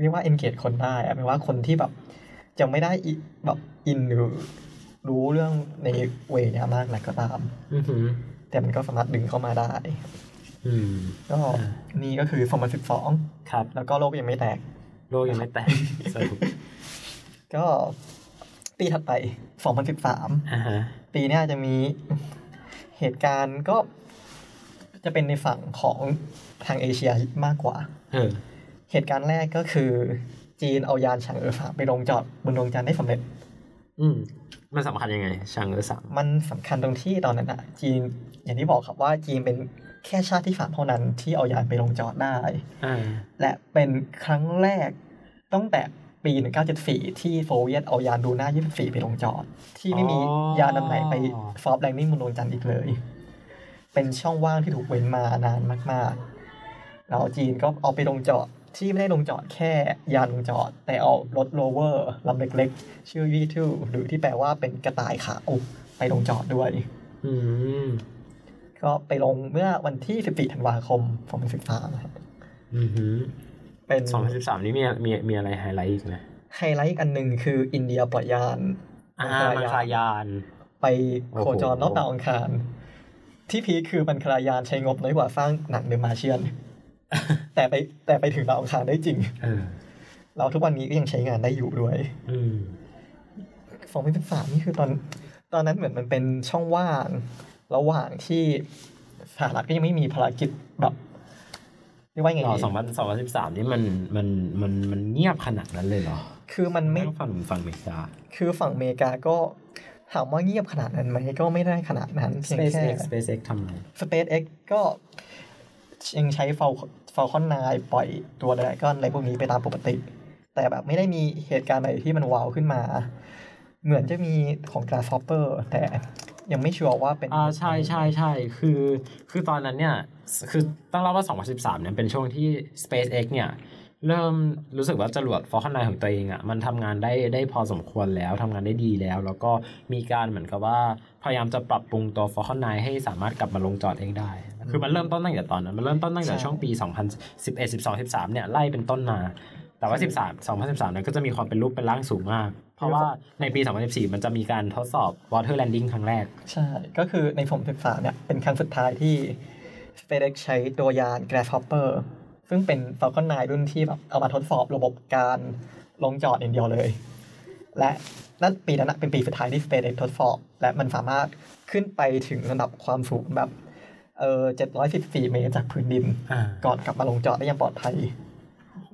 เรียกว่าเอนเกจคนได้อะแปลว่าคนที่แบบจะไม่ได้อิแบบอินหรือรู้เรื่องในเวเนี้ยมากนักก็ตาม อือหือ แต่มันก็สามารถดึงเข้ามาได้ อืม ก็ อ่า นี่ก็คือ2012 ครับ แล้วก็โลกยังไม่แตก โลกยังไม่แตก สรุป ก็ปีถัดไป 2013 อ่าฮะ ปีเนี้ยจะมีเหตุการณ์ก็จะเป็นในฝั่งของทางเอเชียมากกว่า เออ เหตุการณ์แรกก็คือ จีนเอายานฉางเอ๋อสามไปลงจอดบนดวงจันทร์ได้สำเร็จ อืมมันสำคัญยังไงชางเออสาม มันสำคัญตรงที่ตอนนั้นอะจีนอย่างที่บอกครับว่าจีนเป็นแค่ชาติที่สามเท่านั้นที่เอายานไปลงจอดได้ อ่า และเป็นครั้งแรกตั้งแต่ปี 1974 ที่โซเวียตเอายานดูหน้า 24 ไปลงจอด ที่ไม่มียานลำไหนไปฟอร์บแลนดิ้งบนดวงจันทร์อีกเลย เป็นช่องว่างที่ถูกเว้นมานานมากๆ แล้วจีนก็เอาไปลงจอดที่ไม่ได้ลงจอดแค่ยานลงจอด แต่เอารถโรเวอร์ลำเล็กๆ ชื่อวีทูหรือที่แปลว่าเป็นกระต่ายขาวไปลงจอดด้วย อืม ก็ไปลงเมื่อวันที่ 14 ธันวาคม 2013นะครับ อือหือ เป็น สองพันสิบสามนี้มีมีมีอะไรไฮไลท์อีกไหม ไฮไลท์อีกอันหนึ่งคืออินเดียปล่อยยาน อ่า มั มั ง น คคายลาาน ยาน ไปโคจรรอบดาวอังคาร ที่พีคคือมันคลายานใช้งบน้อยกว่าสร้างหนังเดอะมาเชี ยน แต่ไปแต่ไปถึงดาวอังคารได้จริง เออ เราทุกวันนี้ก็ยังใช้งานได้อยู่ด้วย อืม สองพันสิบสามนี่คือตอนตอนนั้นเหมือนมันเป็นช่องว่าง ระหว่างที่สหรัฐก็ยังไม่มีภารกิจแบบเรียกว่าไง หรอ ดี สองพันสองพันสิบสามนี่มันมันมันมันเงียบขนาดนั้นเลยเหรอ คือมันไม่ ทั้งฝั่งฝั่งอเมริกา คือฝั่งอเมริกาก็ถามว่าเงียบขนาดนั้นไหมก็ไม่ได้ขนาดนั้นเพียงแค่ SpaceX SpaceX ทำอะไร SpaceX ก็ยังใช้เฟลเฟลคอนนายปล่อยตัวไดก้อนอะไรพวกนี้ไปตามปกติ แต่แบบไม่ได้มีเหตุการณ์อะไรที่มันว้าวขึ้นมา เหมือนจะมีของ Grasshopper แต่ยังไม่ชัวร์ว่าเป็น อ่าใช่ใช่ใช่คือคือตอนนั้นเนี่ย คือต้องเล่าว่า 2013เนี่ยเป็นช่วงที่ SpaceX เนี่ย เริ่มรู้สึกว่าจรวด Falcon 9 ของตัวเองอะ่ะมันทำงานได้ได้พอสมควรแล้วทำงานได้ดีแล้ว แล้วก็มีการเหมือนกับว่า พยายามจะปรับปรุงตัว Falcon 9 ให้สามารถกลับมาลงจอดเองได้ คือมันเริ่มต้นตั้งแต่ตอนนั้น มันเริ่มต้นตั้งแต่ช่วงปี 2011 12 13เนี่ยไล่เป็นต้นมา แต่ว่า 13 2013เนี่ยก็จะมีความเป็นรูปเป็นร่างสูงมาก เพราะว่าในปี 2014 มันจะมีการทดสอบ water landing ครั้งแรก ใช่ ก็คือในผมศึกษาเนี่ยเป็นครั้งสุดท้ายที่ SpaceX ใช้ตัวยาน Grasshopper ซึ่งเป็น Falcon 9 รุ่นที่แบบเอามาทดสอบระบบการลงจอดอย่างเดียวเลย และนั่นปีนั้นนะเป็นปีสุดท้ายที่ SpaceX ทดสอบ และมันสามารถขึ้นไปถึงระดับความสูงแบบเออ714 เมตรจากพื้นดิน ก่อนกลับมาลงจอดได้อย่างปลอดภัย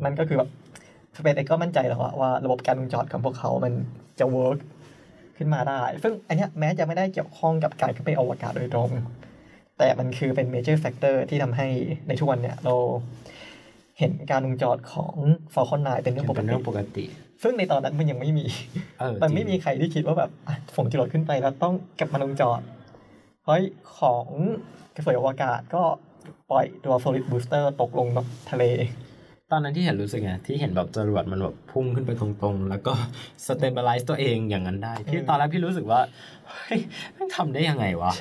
นั่นก็คือแบบ SpaceX ก็มั่นใจแล้วอะว่าระบบการลงจอดของพวกเขามันจะเวิร์กขึ้นมาได้ ซึ่งอันเนี้ยแม้จะไม่ได้เกี่ยวข้องกับการขึ้นไปอวกาศโดยตรง แต่มันคือเป็น major factor ที่ทำให้ในทุกวันเนี่ยเราเห็นการลงจอดของ Falcon 9 เป็นเรื่องปก เป็น ติ เรื่องปกติ ซึ่งในตอนนั้นมันยังไม่มี เออ มันไม่ จริง มีใครที่คิดว่าแบบอ่ะส่งจรวดขึ้นไปแล้วต้องกลับมาลงจอด เพราะของกระสวยอวกาศก็ปล่อยตัว solid booster ตกลงทะเล ตอนนั้นที่เห็นรู้สึกไง ที่เห็นแบบจรวดมันแบบพุ่งขึ้นไปตรงๆ แล้วก็ stabilize ตัวเองอย่างนั้นได้ ที่ เออ ตอนแรกพี่รู้สึกว่า เฮ้ยแมันทำได้ยังไงวะ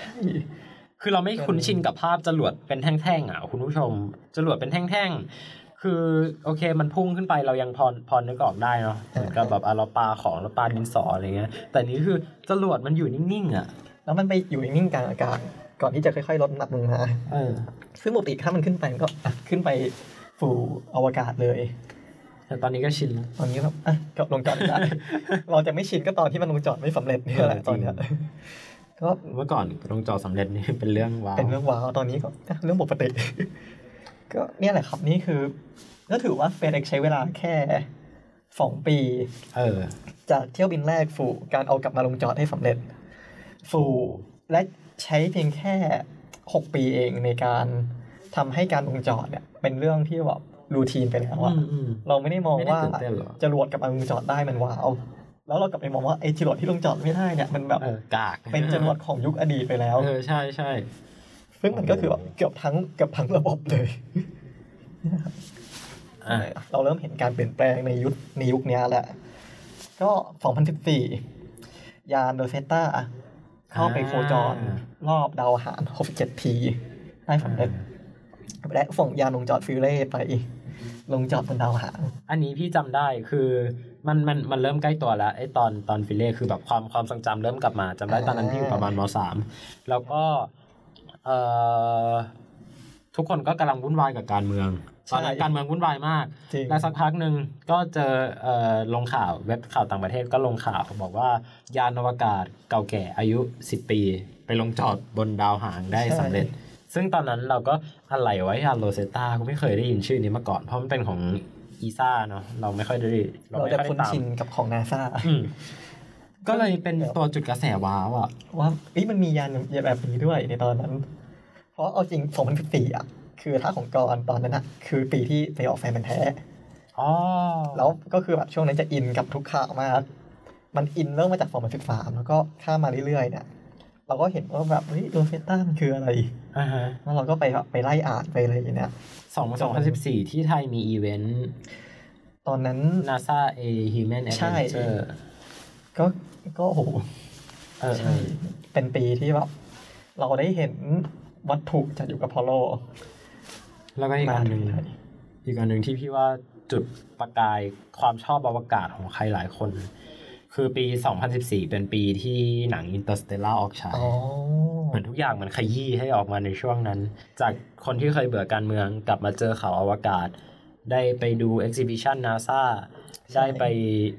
คือเราไม่คุ้นชินกับภาพจรวดเป็นแท่งๆอ่ะคุณผู้ชมจรวดเป็นแท่งๆ คือโอเคมันพุ่งขึ้นไปเรายังพอพอนึกออกได้เนาะเหมือนกับแบบอ่ะเราปาของเราปาดินสออะไรเงี้ย แต่นี่คือจรวดมันอยู่นิ่งๆอ่ะ แล้วมันไปอยู่นิ่งกลางอากาศ ก่อนที่จะค่อยๆ ลดน้ำหนักลงมา เออ ซึ่งปกติถ้ามันขึ้นไปมันก็อ่ะขึ้นไปสู่อวกาศเลย แต่ตอนนี้ก็ชินแล้ว ตอนนี้แบบอ่ะก็ลงจอด ได้ เราจะไม่ชินก็ตอนที่มันลงจอดไม่สำเร็จเนี่ยแหละ เออจตริงอนเนี้ยก็ เมื่อก่อนลงจอสำเร็จนี่เป็นเรื่องว้าว เป็นเรื่องว้าวตอนนี้ก็อ่ะเรื่องปกติ ก็เนี่ยแหละครับนี่คือก็ถือว่าเฟร x ใช้เวลาแค่สองปี เออ จากเที่ยวบินแรกสู่การเอากลับมาลงจอดให้สำเร็จสู่และใช้เพียงแค่ 6 ปีเองในการทำให้การลงจอดเนี่ยเป็นเรื่องที่แบบรูทีนไปแล้วอะ อืมอืม เราไม่ได้มองว่า ไม่ได้ตื่นเต้นหรอ จรวดกลับมาลงจอดได้มันว้าวแล้วเรากลับไปมองว่าไอ้จรวดที่ลงจอดไม่ได้เนี่ยมันแบบ เออกาก เป็นจรวดของยุคอดีตไปแล้ว เออใช่ใช่ ซึ่งมันก็คือแบบเกือบทั้งเกือบทั้งระบบเลย อ่ะ เราเริ่มเห็นการเปลี่ยนแปลงในยุคในยุคเนี้ยแหละ ก็ 2014 ยานโดเซต้าเข้าไปโคจรรอบดาวหาร 67 ที ได้สำเร็จและส่งยานลงจอดฟิวเล่ไป ลงจอดบนดาวหาง อันนี้พี่จำได้คือมันมันมันเริ่มใกล้ตัวแล้วไอ้ตอนตอนฟิเล่คือแบบความความทรงจำเริ่มกลับมาจำได้ตอนนั้นพี่อยู่ประมาณมสามแล้วก็เอ่อทุกคนก็กำลังวุ่นวายกับการเมือง ใช่ ตอนนั้นการเมืองวุ่นวายมาก จริง แล้วสักพักหนึ่งก็เจอเอ่อลงข่าวเว็บข่าวต่างประเทศก็ลงข่าวบอกว่ายานอวกาศเก่าแก่อายุ 10 ปี ไปลงจอดบนดาวหางได้ ใช่ สำเร็จ ซึ่งตอนนั้นเราก็อะไรไว้ยานโรเซตตาก็ไม่เคยได้ยินชื่อนี้มาก่อน เพราะมันเป็นของ อีซ่าเนาะเราไม่ค่อยได้ เรา ไม่ จะ ค่อย คุ้น ได้ตาม ชินกับของนาซา อืมก็เลยเป็นตัวจุดกระแสว้าวอ่ะ ว่าเอ้ยมันมียานยานแบบนี้ด้วยในตอนนั้น เพราะเอาจริง2014อ่ะ คือถ้าของกรตอนนั้นอะคือปีที่ไปออกแฟนมันธุ์แท้ อ๋อ แล้วก็คือแบบช่วงนั้นจะอินกับทุกข่าวมาก มันอินเริ่มมาจากฟอร์มสิบสามแล้วก็ข้ามมาเรื่อยๆเนี่ย เราก็เห็นว่าแบบเฮ้ยโดเฟต้ามันคืออะไร อ่าฮะ แล้วเราก็ไปแบบไปไล่อ่านไปอะไรอย่างเงี้ย สองสองพันสิบสี่ที่ไทยมีอีเวนต์ ตอนนั้น NASA A Human ใช่ Adventure ก็ก็โอ้โห เออ ใช่ เป็นปีที่แบบเราได้เห็นวัตถุจากอยู่กับพอลโล แล้วก็อีกอันหนึ่งอีกอันหนึ่งที่พี่ว่าจุดประกายความชอบอวกาศของใครหลายคน คือปี 2014 เป็นปีที่หนัง Interstellar ออกฉาย อ๋อ เหมือนทุกอย่างมันขยี้ให้ออกมาในช่วงนั้น จากคนที่เคยเบื่อการเมืองกลับมาเจอข่าวอวกาศ ได้ไปดู Exhibition NASA ได้ไป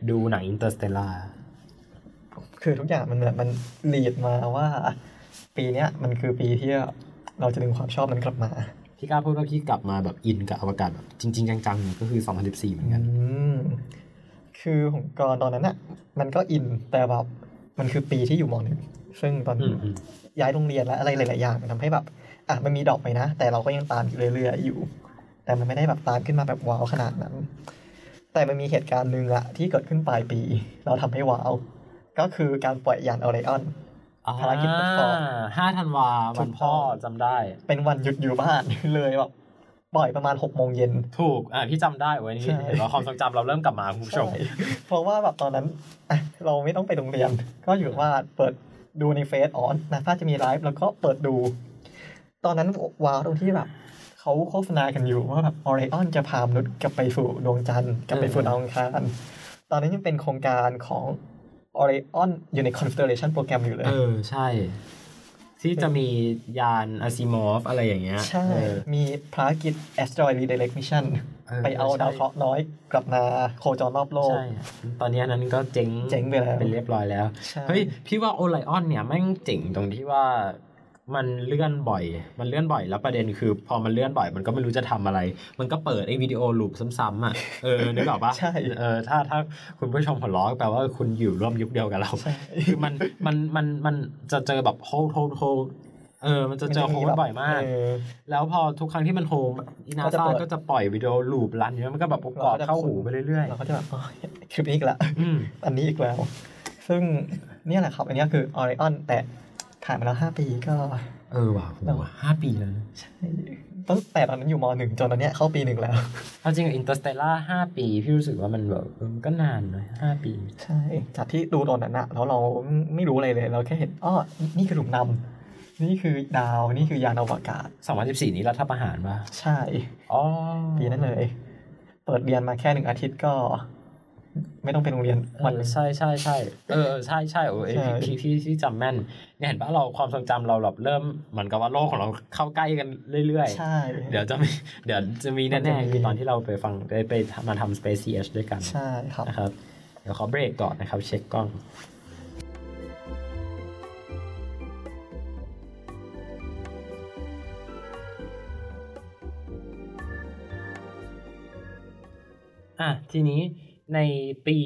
ดูหนัง Interstellar คือทุกอย่างมันเหมือนมันลีดมาว่า ปีเนี้ยมันคือปีที่เราจะดึงความชอบนั้นกลับมา พี่กล้าพูดว่าพี่กลับมาแบบอินกับอวกาศแบบจริง ๆ จังๆ ก็คือ 2014 เหมือนกัน อืมคือผมกรตอนนั้นอะมันก็อินแต่แบบมันคือปีที่อยู่มหนึ่งซึ่งตอน อืมอืม ย้ายโรงเรียนและอะไรหลาย ๆ อย่างมันทำให้แบบ อ่ะมันมีดรอกไปนะ แต่เราก็ยังตามอยู่เรื่อย ๆ อยู่ แต่มันไม่ได้แบบตามขึ้นมาแบบว้าวขนาดนั้น แต่มันมีเหตุการณ์หนึ่งอะที่เกิดขึ้นปลายปี เราทำให้ว้าว ก็คือการปล่อยยานออริออน ภารกิจทดสอบ ห้า5ธันวา ถู วักต้องนพ่อจำได้ เป็นวันหยุดอยู่บ้าน เลยแบบ ปล่อยประมาณหกโมงเย็น ถูก อ่าพี่จำได้เว้ยนี่ ใช่ เห็นว่าความทรงจำเราเริ่มกลับมาคุณผู้ชม ใช่เพราะว่าแบบตอนนั้นอ่ะเราไม่ต้องไปโรงเรียน ก็อยู่ว่านเปิดดูในเฟซออนนะถ้าจะมีไลฟ์แล้วก็เปิดดู ตอนนั้นว้าวตรงที่แบบเขาโฆษณากันอยู่ว่าแบบออริออนจะพามนุษย์กลับไปสู่ดวงจันทร์กลับไปสู่ดาวอังคารตอนนั้นยังเป็นโครงการของ Orion อยู่ใน Constellation โปรแกรมอยู่เลย เออ ใช่ ที่จะมียานอาซิมอฟอะไรอย่างเงี้ย ใช่ เออ มีภารกิจ Asteroid Redirect Mission เออ ไปเอา ใช่ ดาวเคราะห์น้อยกลับมาโคจรรอบโลก ใช่ ตอนนี้อันนั้นก็เจ๊ง เจ๊งไปแล้ว เป็นเรียบร้อยแล้ว ใช่ เฮ้ย พี่ว่าโอไลออนเนี่ยแม่งเจ๋งตรงที่ว่ามันเลื่อนบ่อย มันเลื่อนบ่อยแล้วประเด็นคือ พอมันเลื่อนบ่อย มันก็ไม่รู้จะทำอะไร มันก็เปิดไอ้วิดีโอลูปซ้ำๆอ่ะ เออ นึกออกปะ ใช่ เออ ถ้าถ้าคุณผู้ชมหัวเร้อแปลว่าคุณอยู่ร่วมยุคเดียวกับเรา ใช่ คือมันมันมันมันจะเจอแบบโฮโฮโฮเออ มันจะเจอโฮบ่อยมาก เออ แล้วพอทุกครั้งที่มันโฮมอีนา ก็จะ ซา เปิด ก็จะปล่อยวิดีโอลูปรันอยู่แล้วมันก็แบบประกอบ เราก็จะ เข้า คุ้น หูไปเรื่อย เราก็จะแบบอ๋อ คลิปนี้อีกละ ๆ อืม อันนี้อีกแล้ว ซึ่งเนี่ยแหละครับ อันนี้ก็คือ Orion แต่ผ่านมาแล้วห้าปีก็ เออว่ะโห แล้ว ห้าปีแล้วนะ ตั้งแต่ตอนนั้นอยู่มหนึ่งจนตอนเนี้ยเข้าปีหนึ่งแล้ว เอาจริงอินเตอร์สเตลล่าห้าปี พี่รู้สึกว่ามันแบบเออมันก็นานเลยห้าปี ใช่ จากที่ดูตอนนั้นอะแล้วเราไม่รู้อะไรเลย เราแค่เห็นอ้อนี่คือหลุมดำนี่คือดาว นี่คือยานอวกาศ 2014 นี้รัฐประหารป่ะ ใช่ อ๋อ ปีนั้นเลย เปิดเรียนมาแค่หนึ่งอาทิตย์ก็ ไม่ต้องไปโรงเรียน วั วัน น ใช่ใช่ใช่เออเออใช่ใช่โอ้ย ใช่ พี่พี่ที่จำแม่นเนี่ยเห็นป่ะเราความทรงจำเราแบบเริ่มเหมือนกับว่าโลกของเราเข้าใกล้กันเรื่อยๆ ใช่ เดี๋ยวจะมีเดี๋ยวจะมี มันจะ แน่ มี ๆคือตอนที่เราไปฟังได้ไปมาทำ Space CH ด้วยกัน ใช่ครับ นะครับ เดี๋ยวขอเบรกก่อนนะครับ เช็คกล้อง อ่ะ ทีนี้ในปี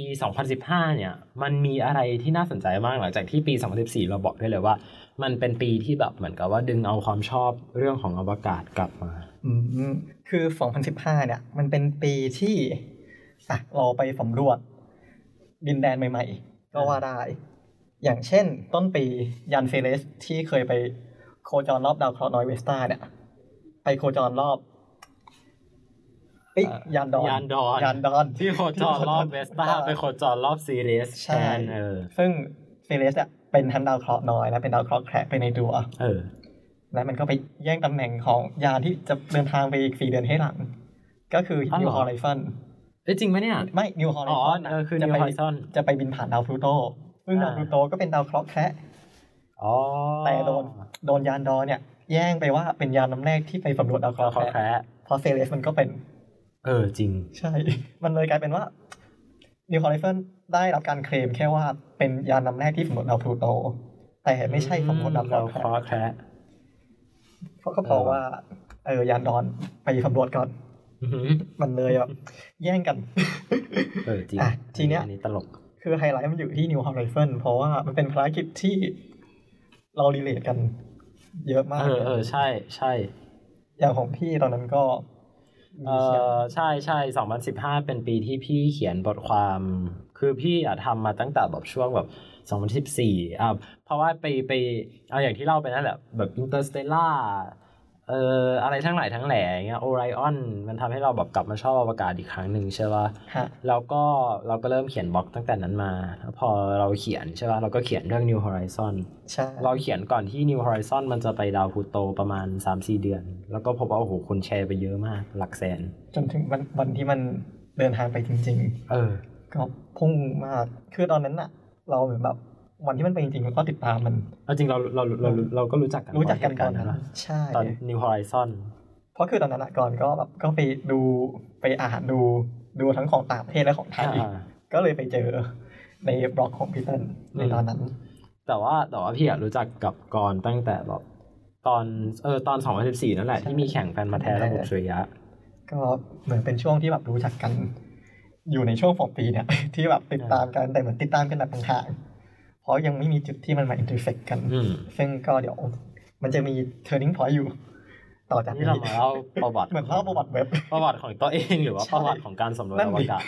2015 เนี่ย มันมีอะไรที่น่าสนใจมากหลังจากที่ปี 2014 เราบอกได้เลยว่า มันเป็นปีที่แบบเหมือนกับว่าดึงเอาความชอบเรื่องของอวกาศกลับมา อืมคือ 2015 เนี่ย มันเป็นปีที่อ่ะเราไปสำรวจ ดินแดนใหม่ ๆ ก็ว่าได้ อย่างเช่น ต้นปียานเฟเรสที่เคยไปโคจรรอบดาวเคราะห์น้อยเวสตาเนี่ย ไปโคจรรอบเอ้ย เอ่อย านดอน ยานดอน ยานดอน ที่โคจรรอบเวสต้าไปโคจรรอบซีเรียส ใช่ แทนเออ ซึ่งเฟเรสอะเป็นทั้งดาวเคราะห์น้อยและเป็นดาวเคราะห์แคระไปในตัว เออ และมันก็ไปแย่งตำแหน่งของยานที่จะเดินทางไปอีกสี่เดือนให้หลัง ก็คือ อ้าว New เหรอ Horizon เอ้ยจริงไหมเนี่ย ไม่ New อ๋อ Horizon เออคือ จะ New ไป Horizon จะไปบินผ่านดาวพลูโตซึ่งดาว อ่า พลูโตก็เป็นดาวเคราะห์แคระ อ๋อ แต่โดนโดนยานดอเนี่ย แย่งไปว่าเป็นยานลำแรกที่ไปสำรวจดาวเค เรา ราะห์ ขอ แคระ แคร์ เพราะเฟเลสมันก็เป็น เออจริง ใช่ มันเลยกลายเป็นว่า New Horizon ได้รับการเคลมแค่ว่าเป็นยานลำแรกที่สำรวจดาวพลูโต แต่ไม่ใช่สำรวจดาวเคราะห์แคระคอแคระ เพราะก็เพราะว่าเออยานดอนไปสำรวจก่อน อือหือ มันเลยแบบแย่งกัน เออจริง อ่ะทีเนี้ย อันี้ตลก คือไฮไลท์มันอยู่ที่นิวฮอลไรเฟิลเพราะว่ามันเป็นภารกิจที่เรารีเลทกัน เยอะมาก เออเออใช่ใช่ อย่างของพี่ตอนนั้นก็ เอ มีเขียน อใช่ใช่สองพันสิบห้าเป็นปีที่พี่เขียนบทความ คือพี่อะทำมาตั้งแต่แบบช่วงแบบสองพันสิบสี่อ่ะเพราะว่าไปไปเอาอย่างที่เล่าไปนั่นแหละแบบอินเตอร์สเตล่าเอ่ออะไรทั้งหลายทั้งแหล่อย่างเงี้ยโอไรออนมันทำให้เราแบบกลับมาชอบอวกาศอีกครั้งหนึ่งใช่ป่ะ ฮะ แล้วก็เราก็เริ่มเขียนบล็อกตั้งแต่นั้นมาแล้วพอเราเขียนใช่ป่ะเราก็เขียนเรื่อง New Horizon ใช่ เราเขียนก่อนที่ New Horizon มันจะไปดาวพลูโตประมาณ 3-4 เดือน แล้วก็พบว่าโอ้โหคนแชร์ไปเยอะมาก หลักแสน จนถึงวันวันที่มันเดินทางไปจริง เออ ๆ ก็พุ่งมาก คือตอนนั้นอะเราเหมือนแบบวันที่มันไปจริงๆเราก็ติดตามมัน เอาจริงเราเราเราเราเราก็รู้จักกัน รู้จักกันก่อน เหตุารณ์ นะ นะ ใช่ ตอน New Horizon เพราะคือตอนนั้นอะก่อนก็แบบก็ไปดูไปอ่านดูดูทั้งของต่างประเทศและของไทย อ่า ก็เลยไปเจอในบล็อกของพี่เติ้ลในตอนนั้น แต่ว่าแต่ว่าพี่อะรู้จักกับกรตั้งแต่แบบตอนเออตอน 2014 นั่นแหละ ใช่ ที่มีแข่งแฟนมาแท้ระบบสุริยะ ก็เหมือนเป็นช่วงที่แบบรู้จักกัน อยู่ในช่วงของปีเนี่ย ที่แบบติดตามกันแต่เหมือนติดตามกันแบบห่างๆเพราะยังไม่มีจุดที่มันมาอินเตอร์เฟกกัน อืม ซึ่งก็เดี๋ยวมันจะมี turning point อยู่ ต่อจาก นี่ นี้ เรามาเล่าประวัติ เหมือนเล่าประวัติเว็บ ประวัติของตัวเองห รือว่า ใช่ ประวัติของการสำรวจ นั่น อว ดิ กาศ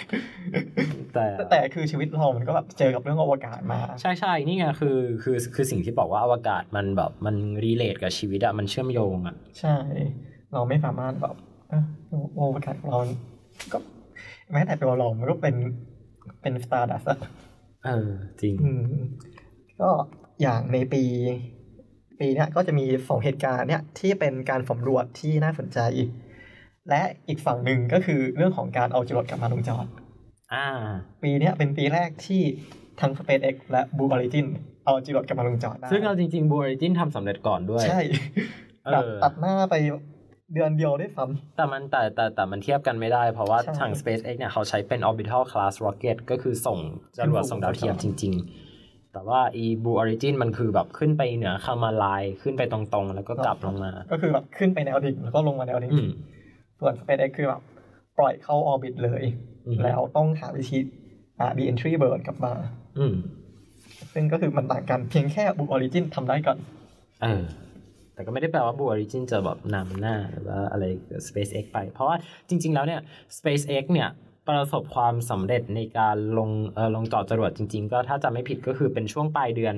แต่ แต่แต่คือชีวิตเรามันก็แบบเจอกับเรื่องอวกาศมา ใช่ใช่นี่ไงคือคือคือสิ่งที่บอกว่าอวกาศมันแบบมันรีเลทกับชีวิตอะมันเชื่อมโยงอะ ใช่ เราไม่สามารถแบบเอ้อโอวกาศเราก็ แม้แต่ตัวเรา มันก็เป็นเป็นสตาร์ดัส เออจริง อืมก็อย่างในปี ปีเนี้ยก็จะมีสองเหตุการณ์เนี่ยที่เป็นการสำรวจที่น่าสนใจ และอีกฝั่งหนึ่งก็คือเรื่องของการเอาจรวดกลับมาลงจอด อ่า ปีเนี้ยเป็นปีแรกที่ทั้ง SpaceX และ Blue Origin เอาจรวดกลับมาลงจอดได้ ซึ่งเอาจริงๆบูริจินทำสำเร็จก่อนด้วย ใช่ เอ ตัด อ ตัดหน้าไปเดือนเดียวด้วยซ้ำ แต่มันแต่แต่แต่มันเทียบกันไม่ได้ เพราะว่า ใช่ ทาง SpaceX เนี่ยเขาใช้เป็น orbital class rocket ก็คือส่งจรวด ขึ้นสู่ ส่งดาวเทียม ดาว จ เทียม ริง ๆ แต่ว่าอีบูออริจินมันคือแบบขึ้นไปเหนือคามาลายขึ้นไปตรงๆ แล้วก็กลับลงมา ก็คือแบบขึ้นไปแนวดิ่งแล้วก็ลงมาแนวดิ่ง อืม ส่วน SpaceX คือแบบปล่อยเข้าออร์บิทเลย อืม แล้วต้องหาวิธีอ่า re-entry bird กลับมา อืม ซึ่งก็คือมันต่างกันเพียงแค่บุ o ออริจินทำได้ก่อน เออ แต่ก็ไม่ได้แปลว่าบูออริจินจะแบบนำหน้าหรือว่าอะไร SpaceX ไป เพราะว่าจริง ๆ แล้วเนี่ย SpaceX เนี่ยประสบความสำเร็จในการลงเออลงจอดจรวดจริง ๆ ก็ถ้าจะไม่ผิดก็คือเป็นช่วงปลายเดือน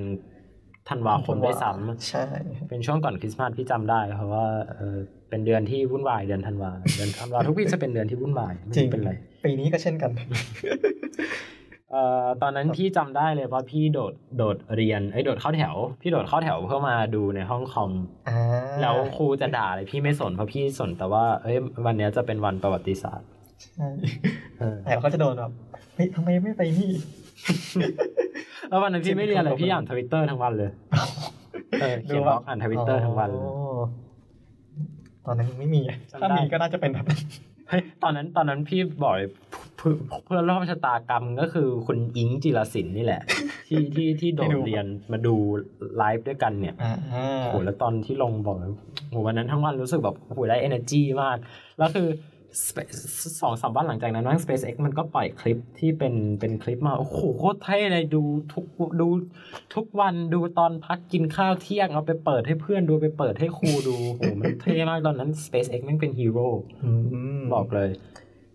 ธันวาคมด้วยซ้ำ ใช่ เป็นช่วงก่อนคริสต์มาสพี่จำได้ เพราะว่าเออเป็นเดือนที่วุ่นวายเดือนธันวาเดือนธันวาทุกปีจะเป็นเดือนที่วุ่นวายไม่ จริง เป็นไร ปีนี้ก็เช่นกัน เอ่อตอนนั้นพี่จำได้เลยว่าพี่โดดโดดเรียนไอ้ยโดดเข้าแถว พี่โดดเข้าแถวเพื่อมาดูในห้องคอม อ่า แล้วครูจะด่าเลยพี่ไม่สนเพราะพี่สนแต่ว่าเอ้ยวันเนี้ยจะเป็นวันประวัติศาสตร์ ใช่ เออ แต่เราก็จะโดนแบบเฮ้ยทำไมไม่ไปนี่ แล้ววันนั้นพี่ไม่เรียนเลยพี่อ่านทวิตเตอร์ทั้งวันเลยเออเขียนบล็อกอ่านทวิตเตอร์ทั้งวันเลย โอ้ตอนนั้นยังไม่มีอะ จำได้ ถ้ามีก็น่าจะเป็นแบบนั้น เฮ้ยตอนนั้นตอนนั้นพี่บอกเลยเพื่อนเพื่อนร่วมชะตากรรมก็คือคุณอิงจิรศิลป์นี่แหละ ที่ที่ที่โดดเรียนมาดูไลฟ์ด้วยกันเนี่ย อ่า โหแล้วตอนที่ลงบอกเลยโหวันนั้นทั้งวันรู้สึกแบบโหได้ energy มาก แล้วคือ Space- สองสามวันหลังจากนั้นแม่ง SpaceX มันก็ปล่อยคลิปที่เป็นเป็นคลิปมา โอ้โหโคตรเท่เลยดูทุกดูทุกวันดูตอนพักกินข้าวเที่ยงเอาไปเปิดให้เพื่อนดูไปเปิดให้ครูดูโหมันเท่มากตอนนั้น SpaceX แม่งเป็นฮีโร่ อืม บอกเลย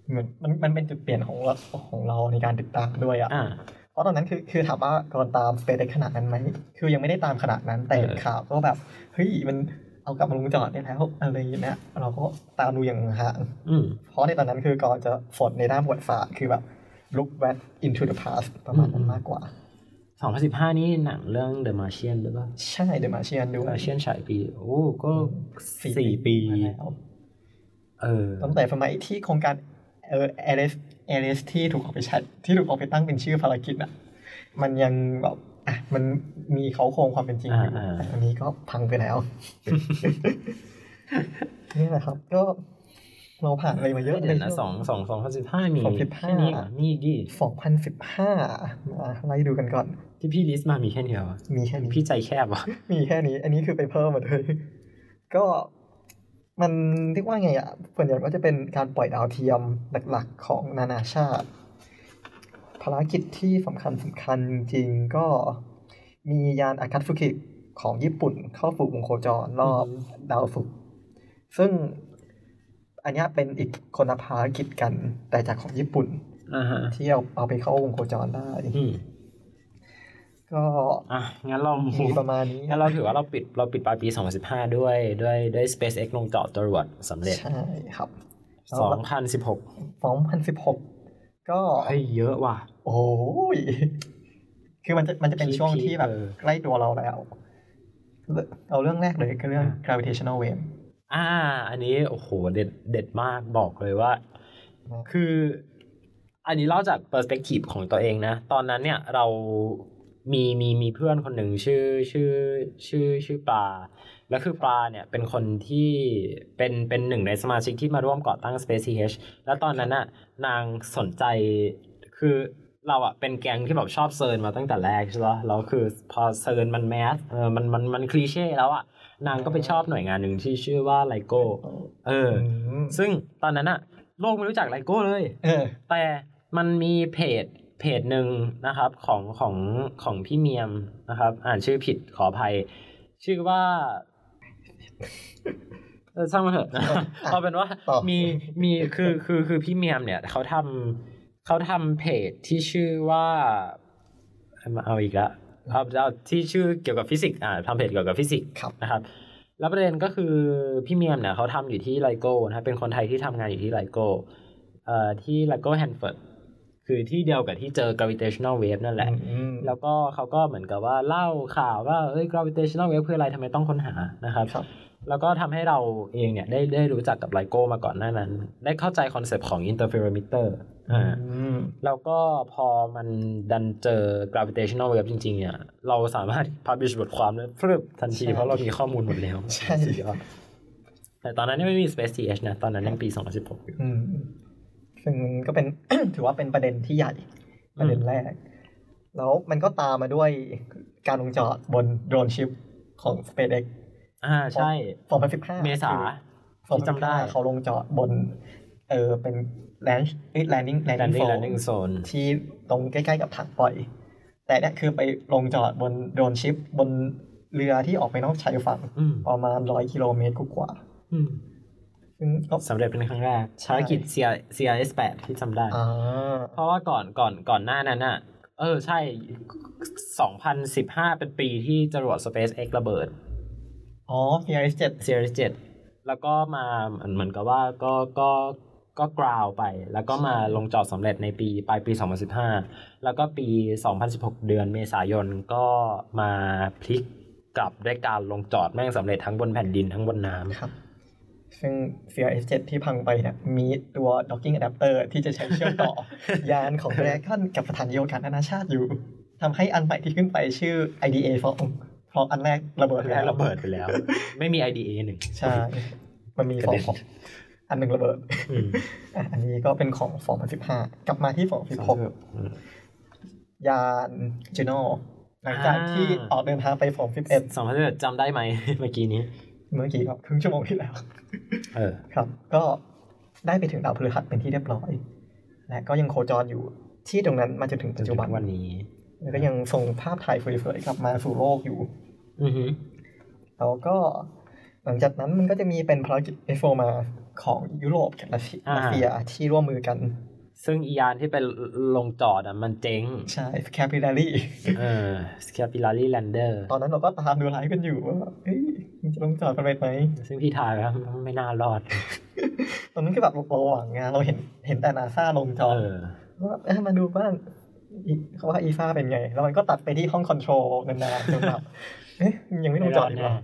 เหมือนมันมันเป็นจุดเปลี่ยนของเราของเราในการติดตามด้วยอ่ะ อ่า เพราะตอนนั้นคือคือถามว่าก่อนตามสเปซได้ขนาดนั้นไหม คือยังไม่ได้ตามขนาดนั้น แต่ เออ ข่าวก็แบบ เฮ้ย มันเอากลับมาลงจอดได้แล้วอะไรอย่างเงี้ยเราก็ตามดูอย่างห่าง อืม เพราะในตอนนั้นคือก่อนจะฝนในด้านบทศาสตร์คือแบบ look back into the past ประมาณนั้ อื น ม มากกว่า สองพันสิบห้านี่หนังเรื่อง The Martian หรือเปล่า ใช่ The Martian ด้ The วย Martian ฉายปี โอ้ก็ สี่ สี่ปี มาแล้ว เออ ตั้งแต่สมัยที่โครงการเออเอเลสเอเลสที่ถูกออกไปใช้ที่ถูกออกไปตั้งเป็นชื่อภารกิจอ่ะ มันยังแบบอ่ะมันมีเขาโครงความเป็นจริงอยู่แต่อันนี้ก็พังไป แล้ว นี่แหละครับ ก็เราผ่านอะไรมาเย เย อะ อะเดี๋ยวนะส ช่ว องสองสองพันสิบห้ามี 2015 แค่นี้เหรอมีอีกดิ สองพันสิบห้ามาไล่ดูกันก่อน ที่พี่ลิสต์มามีแค่เดียวอะ มีแค่นี้ พี่ใจแคบอ่ะ มีแค่นี้ อันนี้คือไปเพิ่มมาเลย ก็ มันเรียกว่าไงอ่ะส่วนใหญ่ก็จะเป็นการปล่อยดาวเทียมหลักๆของนานาชาติ ภารกิจที่สำคัญสำคัญจริงๆก็มียานอากาศฟุกิของญี่ปุ่นเข้าสู่วงโคจรรอบ อือฮึ ดาวศุกร์ซึ่งอันเนี้ยเป็นอีกคนละภารกิจกันแต่จากของญี่ปุ่น อ่าฮะ ที่เอาเอาไปเข้าวงโคจรได้ อืม ก็ อ่ะงั้นเรา มีประมาณนี้ งั้นเราถือว่าเราปิดเราปิดปลายปี 2015 ด้วยด้วยด้วย SpaceX ลงเจาะจรวดสำเร็จ ใช่ครับ เอาละ 2016 2016 ก็ เฮ้ยเยอะว่ะ โอ้ย คือมันจะมันจะเป็น พีค ช่วงที่แบบ เออ ใกล้ตัวเราแล้ว เอาเรื่องแรกเลยคือเรื่อง อ่ะ gravitational wave อ่า อันนี้ โอ้โห เด็ดเด็ดมากบอกเลยว่า คือ อันนี้เล่าจากเปอร์สเปกทีฟของตัวเองนะ ตอนนั้นเนี่ยเรามีมีมีเพื่อนคนหนึ่งชื่อชื่อชื่อชื่อปลา แล้วคือปลาเนี่ยเป็นคนที่เป็นเป็นหนึ่งในสมาชิกที่มาร่วมก่อตั้ง Space CH แล้วตอนนั้นน่ะนางสนใจคือเราอะเป็นแกงที่แบบชอบเซิร์นมาตั้งแต่แรกใช่ไหมแล้วคือพอเซิร์นมันแมสเออมันมันมันคลีเช่แล้วอะนางก็ไปชอบหน่วยงานหนึ่งที่ชื่อว่าไลโก้เออ ม ซึ่งตอนนั้นอะโลกไม่รู้จักไลโก้เลย เออ แต่มันมีเพจเพจหนึ่งนะครับของของของพี่เมียมนะครับ อ่านชื่อผิดขออภัย ชื่อว่าเออช่างมันเถอะ นะเอาเป็นว่า ต่อ มีมีคือคือคือพี่เมียมเนี่ยเขาทำเขาทำเพจที่ชื่อว่าเอาอีกละเอาเอาที่ชื่อเกี่ยวกับฟิสิกส์อ่าทำเพจเกี่ยวกับฟิสิกส์ ครับ นะครับแล้วประเด็นก็คือพี่เมียมเนี่ยเขาทำอยู่ที่ไลโก้นะครับเป็นคนไทยที่ทำงานอยู่ที่ไลโก้เอ่อที่ไลโก้แฮนเฟิร์ดคือที่เดียวกับที่เจอ gravitational wave นั่นแหละ อืม แล้วก็เขาก็เหมือนกับว่าเล่าข่าวว่าเอ้ย gravitational wave คืออะไรทำไมต้องค้นหานะครับ ครับ แล้วก็ทำให้เราเองเนี่ยได้ได้รู้จักกับไลโก้มาก่อนหน้านั้น ได้เข้าใจคอนเซปต์ของ interferometer อ่า อืม แล้วก็พอมันดันเจอ gravitational wave จริงๆเนี่ยเราสามารถ publish บทความได้พรึบทันที ใช่ เพราะเรามีข้อมูลหมดแล้ว ใช่ สุดยอดแต่ตอนนั้นยังไม่มี space th นะ ตอนนั้นยังปี 2016อยู่ อืมซึ่งก็เป็น ถือว่าเป็นประเด็นที่ใหญ่ประเด็น อืม แรก แล้วมันก็ตามมาด้วยการลงจอดบนโดรนชิปของ SpaceX อ่าใช่ 2015 เมษา ที่จำได้ เขาลงจอดบน เออเป็นแลนด์แลนดิ้งแลนดิ้ง landing landing zone ที่ตรงใกล้ๆกับถังปล่อย แต่เนี่ยคือไปลงจอดบนโดรนชิป บนเรือที่ออกไปนอกชายฝั่ง อืม ประมาณร้อยกิโลเมตรกว่า อืม ๆซึ่งก็ สำเร็จเป็นครั้งแรก ใช่ ภารกิจ CR- CRS 8ที่จำได้ อ่า เพราะว่าก่อนก่อนก่อนหน้านั้นอ่ะ เออใช่ 2015 เป็นปีที่จรวด SpaceX ระเบิด อ๋อ CRS 7 CRS 7แล้วก็มาเหมือนกับว่าก็ก็ก็กราวไป แล้วก็มาลงจอดสำเร็จในปีปลายปี 2015 แล้วก็ปี 2016 เดือนเมษายนก็มาพลิกกลับด้วยการลงจอดแม่งสำเร็จทั้งบนแผ่นดินทั้งบนน้ ครับ ซึ่ง CRS 7ที่พังไปเนี่ยมีตัว docking adapter ที่จะใช้เชื่อม ต่อ ยานของ Dragon กับสถานีโอวกาสนานาชาติอยู่ทำให้อันใหม่ที่ขึ้นไปชื่อ IDA ฟองฟองอันแรกระเบิด ำ แล้ แล้ววระเบิดไปแล้ว ไม่มี IDA หนึ่ง ใช่ มันมี กระ ฟอ เด็ ง น ของอันหนึ่งระเบิด อืม อ่ะอันนี้ก็เป็นของ2015 กลับมาที่ อืม 2016 ยานจูโน่หลังจากที่ อ่า ออกเดินทางไป 2011 2011จำได้ไหม เมื่อกี้นี้ เมื่อกี้ครับครึ่งชั่วโมงที่แล้ว เออ ครับ ก็ได้ไปถึงดาวพฤหัสเป็นที่เรียบร้อย และก็ยังโคจรอยู่ที่ตรงนั้นมาจนถึง ปั ปั จ จ จุ จุ บั บั น น วันนี้ แล้วก็ยังส่งภาพถ่ายเผยๆกลับมาสู่โลกอยู่ อือฮึ แล้วก็หลังจากนั้นมันก็จะมีเป็นภารกิจเอฟโฟมาของยุโรปกับรัสเซียรัสเซียที่ร่วมมือกัน ซึ่งอียานที่เป็นลงจอดอ่ะมันเจ๊ง ใช่แคปิลารี เออสแคปิลารีแลนเดอร์ ตอนนั้นเราก็ตามดูไลฟ์กันอยู่ว่าเอ้ยมันจะลงจอดกันไปไหม ซึ่งพี่ทายว่าไม่น่ารอด ตอนนั้นคือแบบเราหวังไงเราเห็นเห็นแต่นาซาลงจ เอ อด อ ว่าเอ้ยมาดูบ้างอีเขาว่าอีฟาเป็นไง แล้วมันก็ตัดไปที่ห้องคอนโทรลนานๆจน แบบเอ๊ยยังไม่ลงจอดอีกเหรอ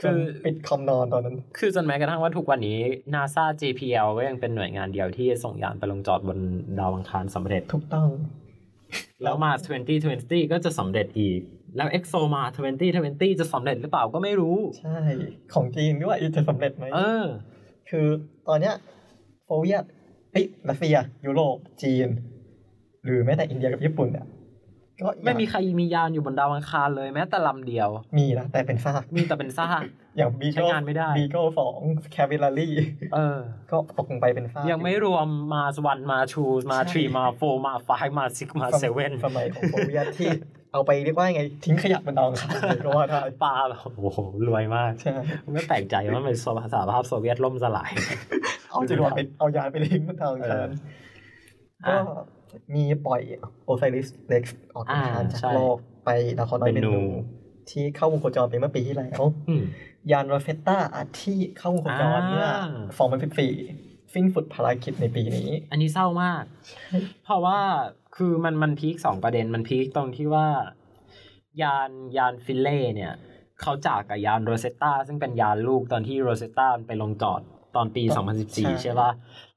คื คือ อปิดคอมนอนตอนนั้น คือจนแม้กระทั่งว่าทุกวันนี้ NASA JPL ก็ยังเป็นหน่วยงานเดียวที่ส่งยานไปลงจอดบนดาวอังคารสำเร็จ ถูกต้อง แล้วมา 2020 ก็จะสำเร็จอีก แล้ว EXO มา 2020 จะสำเร็จหรือเปล่าก็ไม่รู้ ใช่ ของจีนด้วยจะสำเร็จไหม เออ คือตอนเนี้ยโซเวียตเอ้ยรัสเซีย ยุโรปจีน หรือแม้แต่อินเดียกับญี่ปุ่นเนี่ย ก็อย่าง ไม่มีใครมียานอยู่บนดาวอังคารเลยแม้แต่ลำเดียว มีนะแต่เป็นซาก มีแต่เป็นซาก อย่างบี ใช้ เกิล งานไม่ได้ บีเกิลสองแคปิลารี เออ ก็ตกลงไปเป็นซาก ยังไม่รวมมาสวันมาชูมา ใช่ ทรีมาโฟมาไฟมาซิกมาเซเว่น สมัยของโซเวียตที่เอาไปเรียกว่ายังไง ทิ้งขยะบนดาวอัง คารเลยก็ว่าได้ ปลาแบบโอ้โห รวยมาก ใช่ ไม่แปลกใจว่ามันสหภาพโซเวียตล่มสลาย เอาจรวดไปเอายานไปทิ้งบนดาวอังคาร เอ ก็ อ มีปล่อยโอไซริสเล็กออกจากทาง อ่า จาก ใช่ โลกไปดาวเคราะห์น้อย เบ เบ นนู นู ที่เข้าวงโคจรไปเมื่อปีที่แล้ว อืม ยานโรเฟตตาที่เข้าวงโคจรเมื่อ อ่า 2014สิ้นสุดภารกิจในปีนี้ อันนี้เศร้ามาก เพราะว่าคือมันมันพีคสองประเด็นมันพีคตรงที่ว่า ยานยานฟิลเล่เนี่ยเขาจากกับยานโรเซตตาซึ่งเป็นยานลูกตอนที่โรเซตตาไปลงจอดตอนปี ใช่ 2014 ใช่ป่ะ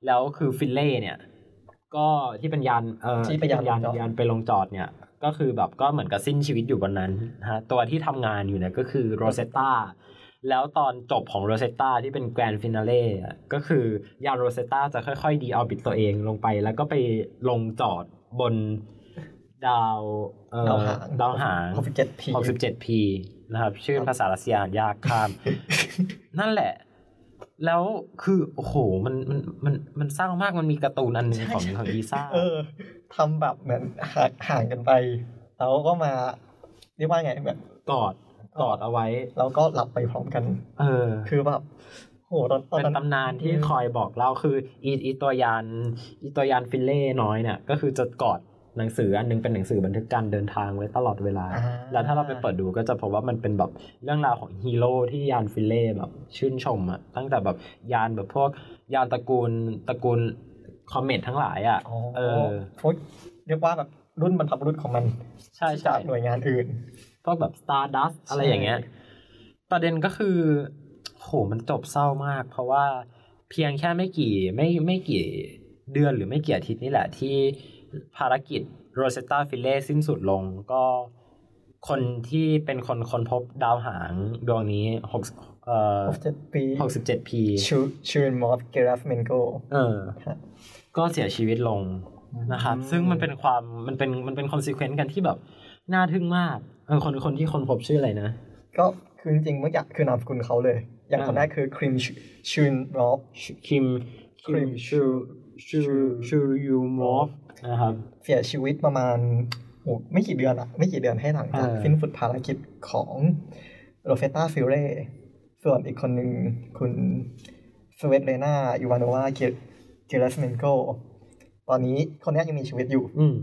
แล้วคือฟิลเล่เนี่ย ก็ที่เป็นยานเออ ที่เป็นยาน ยาน ลงจอด ยานไปลงจอดเนี่ย ก็คือแบบก็เหมือนกับสิ้นชีวิตอยู่บนนั้นนะฮะตัวที่ทำงานอยู่เนี่ยก็คือโรเซตตา แล้วตอนจบของโรเซตตาที่เป็นแกรนด์ฟินาเล่อะก็คือยานโรเซตตาจะค่อยๆ ดีเอาบิตตัวเองลงไป แล้วก็ไปลงจอดบนดาวเอ่อ ดาวหาง ดาวหาง 67 p 67 p นะครับ ชื่อเป็นภาษารัสเซียอ่านยาก ข้าม นั่นแหละ แล้วคือโอ้โหมันมันมันมันเศร้ามากมันมีการ์ตูนอันหนึ่งของของอีซ่า เออทำแบบเหมือนห่างห่างกันไป แล้วก็มาเรียกว่าไงแบบ กอดกอดเอาไว้ แล้วก็หลับไปพร้อมกัน เออ คือแบบโหตอนตอน เป็น นั้น ตำนานที่ อืม คอยบอกเล่าคืออีอีตัวยานอีตัวยานฟิลเล่น้อยเนี่ยก็คือจะกอดหนังสืออันหนึงเป็นหนังสือบันทึกการเดินทางไว้ตลอดเวลา อ่ แล้วถ้าเราไปเปิดดูก็จะพบว่ามันเป็นแบบเรื่องราวของฮีโร่ที่ยานฟิลเล่แบบชื่นชมอะตั้งแต่แบบยานแบบพวกยานตระกูลตระกูลคอมเมตทั้งหลายอะ อ๋อ เออ พวกเรียกว่าแบบรุ่นบรรพบุรุษของมัน ใช่ จา ใช่ กหน่วยงานอื่น พวกแบบ Stardust อะไรอย่างเงี้ย ประเด็นก็คือ โห มันจบเศร้ามาก เพราะว่าเพียงแค่ไม่กี่ไม่ไม่กี่เดือนหรือไม่กี่อาทิตย์นี่แหละที่ภารกิจโรเซตตาฟิลเล่สิ้นสุดลงก็คนที่เป็นคนค้นพบดาวหางดวงนี้หกเอ่อ 67 ปี หกสิบเจ็ดพี ชูชูนมอฟเกราฟเมนโก เออ ครับ ก็เสียชีวิตลงนะครับ อืม ซึ่งมันเป็นความมันเป็นมันเป็นคอนซีเควนต์กันที่แบบ น่าทึ่งมากเออคนคนที่คนพบชื่ออะไรนะ ก็คือจริงๆเมื่อกี้คือนามสกุลเขาเลย อย่างคนแรกคือคริมชูนมอฟ คิม คิมชูชู ชูยูมอฟนะครับ เสียชีวิตประมาณโอ้ไม่กี่เดือนอะไม่กี่เดือนให้หลังจาก เออ สิ้นสุดภารกิจของโรเฟต้าฟิเร่ส่วนอีกคนหนึ่งคุณสเวตเลนายูวานวาเกลสเมนโกตอนนี้คนเนี้ยยังมีชีวิตอยู่ อืม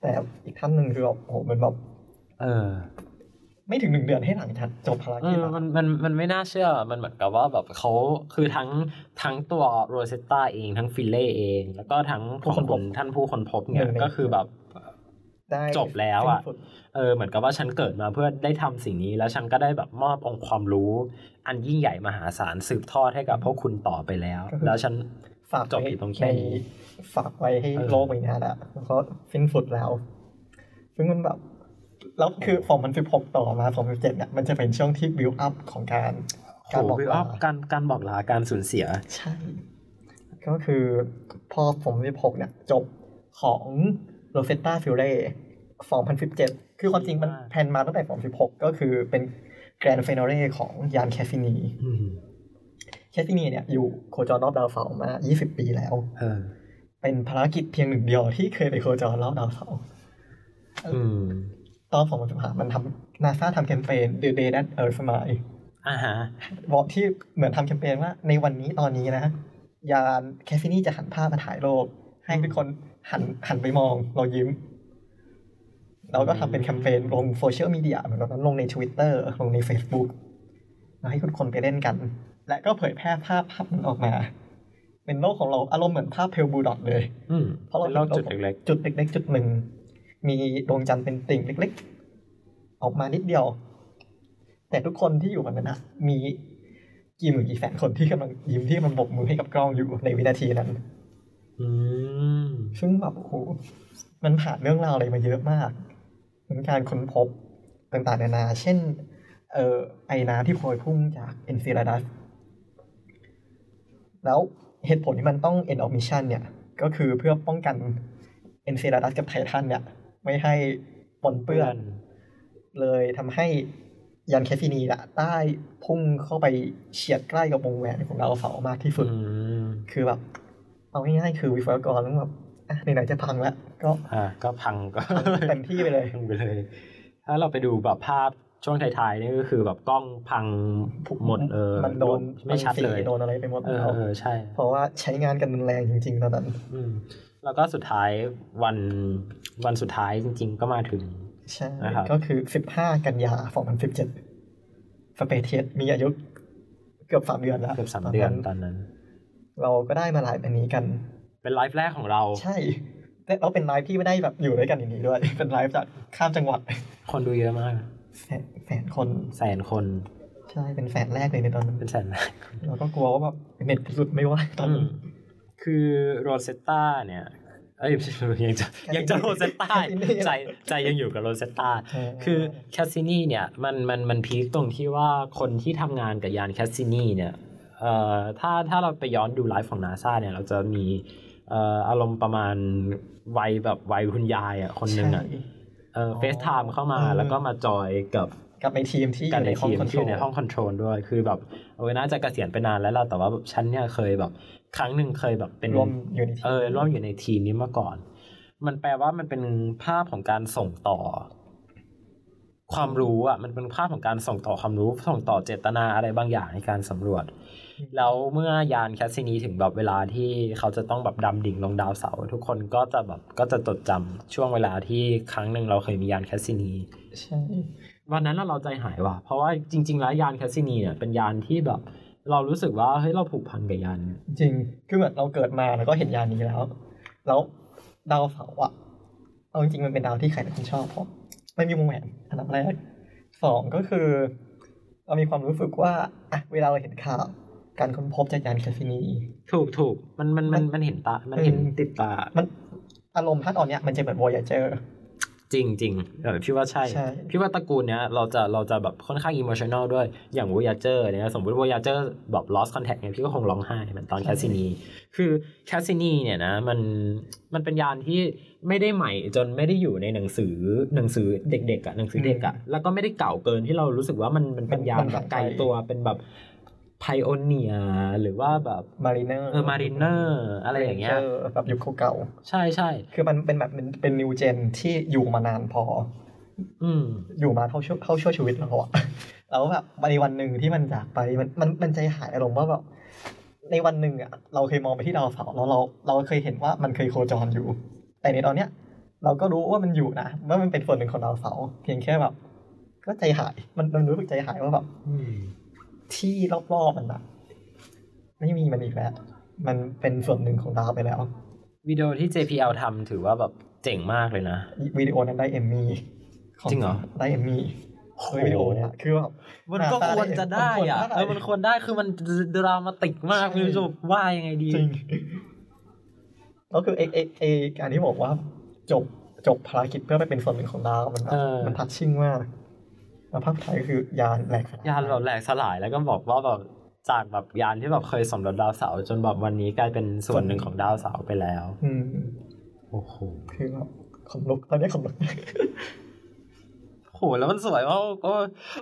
แต่อีกท่านหนึ่งคือแบบโอ้โหเหมือนแบบ เออ ไม่ถึงหนึ่งเดือนให้หลังจากจบภาร เอ กิจ อ อะ มันมันมันไม่น่าเชื่อ มันเหมือนกับว่าแบบเขาคือทั้งทั้งตัวโรเซตตาเองทั้งฟิลเล่เอง แล้วก็ทั้งของคุณท่านผู้คนพบเนี่ย ก็คือแบบ ได้ จบแล้วอะ สิ้นสุด เออเหมือนกับว่าฉันเกิดมาเพื่อได้ทำสิ่งนี้ แล้วฉันก็ได้แบบมอบองค์ความรู้ อันยิ่งใหญ่มหาศาลสืบทอดให้กับพวกคุณต่อไปแล้ว แล้วฉัน ฝาก จบ ไว้ อยู่ตรงแค่ ใน นี้ ฝากไว้ให้ เออ โลกใบนี้แหละแล้วก็สิ้นสุดแล้ว ซึ่งมันแบบ แล้วคือ2016 ต่อมา 2017เนี่ยมันจะเป็นช่วงที่บิวอัพของการ โห การบอก วิว ลา อัพการการบอกลาการสูญเสีย ใช่ ก็คือพอ2016เนี่ย จบของโรเซตตาฟิ r เร่2017 คือความจริงมัน ดีมาก แพลนมาตั้งแต่ 2016 ก็คือเป็นแกรนด์ฟ n น l เร่ของยานแคสซินี อืม แคสซินีเนี่ย อยู่โคจรรอบดาวเสาร์มา 20 ปีแล้ว เออ เป็นภารกิจเพียงหนึ่งเดียวที่เคยไปโคจรรอบดาวเสาร์ อืม ตอน2015มันทำนาซาทำแคมเปญ The Day That Earth Smile อ่าฮะ บอกที่เหมือนทำแคมเปญว่าในวันนี้ตอนนี้นะ ยานแคฟฟินี่จะหันภาพมาถ่ายโลก ให้ทุกคนหันหันไปมองเรายิ้ม เราก็ทำเป็นแคมเปญลงโซเชียลมีเดียเหมือนตอนนั้นลงใน Twitter ลงใน Facebook แล้วให้ทุกคนไปเล่นกัน และก็เผยแพร่ภาพภาพนั้นออกมา เป็นโลกของเราอารมณ์เหมือนภาพเพลบูดอทเลย อืม เพราะเรา เป็นโรคจุด เห็นโลก เล็ก จุดเล็กๆจุดหนึ่ง มีดวงจันทร์เป็นติ่งเล็กๆ ออกมานิดเดียว แต่ทุกคนที่อยู่บนนั้นนะมีกี่หมื่นกี่แสนคนที่กำลังยิ้มที่มันบกมือให้กับกล้องอยู่ในวินาทีนั้น ๆอืม ซึ่งแบบโอ้โหมันผ่านเรื่องราวอะไรมาเยอะมากเหมือนการค้นพบต่างๆนานา เช่น เอ่อไอน้ำที่โพยพุ่งจากเอ็นซิลาดัส แล้วเหตุผลที่มันต้อง end of mission เนี่ย ก็คือเพื่อป้องกันเอ็นซิลาดัสกับไททันเนี่ย ไม่ให้ ปนเปื้อน เลยทำให้ยานแคฟฟีนีละได้พุ่งเข้าไปเฉียดใกล้กับวงแหวนของดาวเสาร์มากที่สุ อื ด ม คือแบบ เอาง่ายๆคือวิศวกรต้องแบบอ่ะไหนๆจะพังแล้ว ก็ อ่าก็พังก็ เต็มที่ไปเลย พังไปเลย ถ้าเราไปดูแบบภาพช่วงท้ายๆนี่ก็คือแบบกล้องพังหมดเออ มันโดน ไม่ชัด สี เลย โดนอะไรไปหมด เออ แล้ว เออใช่ เพราะว่าใช้งานกันรุนแรงจริงๆตอนนั้น อืมแล้วก็สุดท้ายวันวันสุดท้ายจริง ๆ ก็มาถึง ใช่ นะครับ ก็คือ 15 กันยา2017สเปเทียสมีอายุเกือบสามเดือนแล้ว เกือบสาม ต เดือนตอนนั้น เราก็ได้มาหลายอันนี้กัน เป็นไลฟ์แรกของเรา ใช่ แต่เราเป็นไลฟ์ที่ไม่ได้แบบอยู่ด้วยกันอย่างนี้ด้วย เป็นไลฟ์จากข้ามจังหวัด คนดูเยอะมาก แสนแสนคน แสนคน ใช่เป็นแสนแรกเลยในตอนนั้น เป็นแสนแรก เราก็กลัวว่าแบบเน็ตหลุดไม่ไหว่าตอนนั้น คือโรเซตตาเนี่ย เอ้ยไม่ใช่ยังจะ แคสซินี่ ยังจะโรเซตตา แคสซินี่ ใจใจยังอยู่กับโรเซตตา เ คือแคสซินี่เนี่ยมันมันมันพีคตรงที่ว่าคนที่ทำงานกับยานแคสซินี่เนี่ยเอ่อถ้าถ้าเราไปย้อนดูไลฟ์ของนาซาเนี่ย เราจะมีเอ่ออารมณ์ประมาณวัยแบบวัยคุณยายอ่ะคนหนึ่งอ่ะ ใช่ เออเฟซไทม์เข้ามา เออ แล้วก็มาจอยกับ กับในทีมที่อ กัน ยู่ ใน ในห้องคอนโททีมที่ ร อยู่ในลห้องคอนโทรลด้วย คือแบบเออน่าจะเกษียณไปนานแล้วล่ะแต่ว่าแบบฉันเนี่ยเคยแบบ ครั้งหนึ่งเคยแบบเป็น รวมอยู่ในที เอ ม อร่วมอยู่ในทีมนี้มาก่อน มันแปลว่ามันเป็นภาพของการส่งต่อ ความรู้อ่ะมันเป็นภาพของการส่งต่อความรู้ส่งต่อเจตนาอะไรบางอย่างในการสำรวจ แล้วเมื่อยานแคสซินีถึงแบบเวลาที่เขาจะต้องแบบดำดิ่งลงดาวเสาร์ทุกคนก็จะแบบก็จะจดจำช่วงเวลาที่ครั้งหนึ่งเราเคยมียานแคสซินี ใช่ วันนั้นน่ะเราใจหายว่ะ เพราะว่าจริง ๆ แล้วยานแคสซินีเนี่ยเป็นยานที่แบบ เรารู้สึกว่าเฮ้ยเราผูกพันกับยานเนี่ย จริงคือเหมือนเราเกิดมาแล้วก็เห็นยานนี้แล้ว แล้วดาวเสาร์อะเอาจริงๆมันเป็นดาวที่ใครหลายคนชอบเพราะไม่มีวงแหวนอันดับแรกสองก็คือ เรามีความรู้สึกว่าอะเวลาเราเห็นข่าว การค้นพบจากยานแคสซินี ถูกถูกมันมันมัมันนมันเห็นตา มันเห็น อืม ติดตา มันอารมณ์ถ้าตอนเนี้ยมันจะเหมือน Voyager จริงจริงเออพี่ว่าใช่ ใช่ พี่ว่าตระกูลเนี้ยเราจะเราจะแบบค่อนข้างอิ o มชั o น a ลด้วยอย่าง Voyager เนี่ยสมมติ Voyager แบบ lost contact เนี่ยพี่ก็คงร้องไห้เหมือนตอน ใช่ แคสซินีคือแคสซินีเนี่ยนะมันมันเป็นยานที่ไม่ได้ใหม่จนไม่ได้อยู่ในหนังสือหนังสือเด็กๆอะหนังสือเด็กอะแล้วก็ไม่ได้เก่าเกินที่เรารู้สึกว่ามันมันเป็นยานแบบไกลตัวเป็นแบบไพโอเนียหรือว่าแบบ Mariner เออมาริเนอร์อะไรอย่างเงี้ย Ranger แบบยุคเก่า ใช่ใช่ ๆคือมันเป็นแบบเป็นเป็น New Gen ที่อยู่มานานพอ อืม อยู่มาเท่าชั่วเท่าชั่วชีวิตแล้วอะ แล้วแบบวันในวันหนึ่งที่มันจากไปมันมันมันใจหายอารมณ์ว่าแบบในวันหนึ่งอะเราเคยมองไปที่ดาวเสาร์แล้วเราเราเคยเห็นว่ามันเคยโคจรอยู่ แต่ในตอนเนี้ย เราก็รู้ว่ามันอยู่นะว่ามันเป็นส่วนหนึ่งของดาวเสาร์เพียงแค่แบบ ก็ใจหายมันมันรู้สึกใจหายว่าแบบ ที่รอบๆมันอะไม่มีมันอีกแล้ว มันเป็นส่วนหนึ่งของดาวไปแล้ว วิดีโอที่ JPL ทำถือว่าแบบเจ๋งมากเลยนะ วิดีโอนั้นได้เอมมี่ข จริงเหรอ ได้เอมมี่โดยวิดีโอเนี่ยคือแบบ มันก็ควรจะได้อะ มันควรได้ เออมันควรได้คือมันดรามาติกมาก ใช่ คุณผู้ชมว่ายังไงดี จริงแล้วคือเอเอเอการที่บอกว่า จบจบภารกิจเพื่อไปเป็นส่วนหนึ่งของดาวมันแบบ เออ มันทัชชิ่งมากแล้วภาพไทยก็คือยานแหลกสล ยานแบบแหลกสลายแล้วก็บอกว่าแบบจากแบบยานที่แบบเคยสำรวจดาวเสาร์จนแบบวันนี้กลายเป็นส่วนหนึ่งของดาวเสาร์ไปแล้ว อืม โอ้โห คือแบบขนลุกตอนนี้ข นลุก โอ้โหแล้วมันสวยมากก็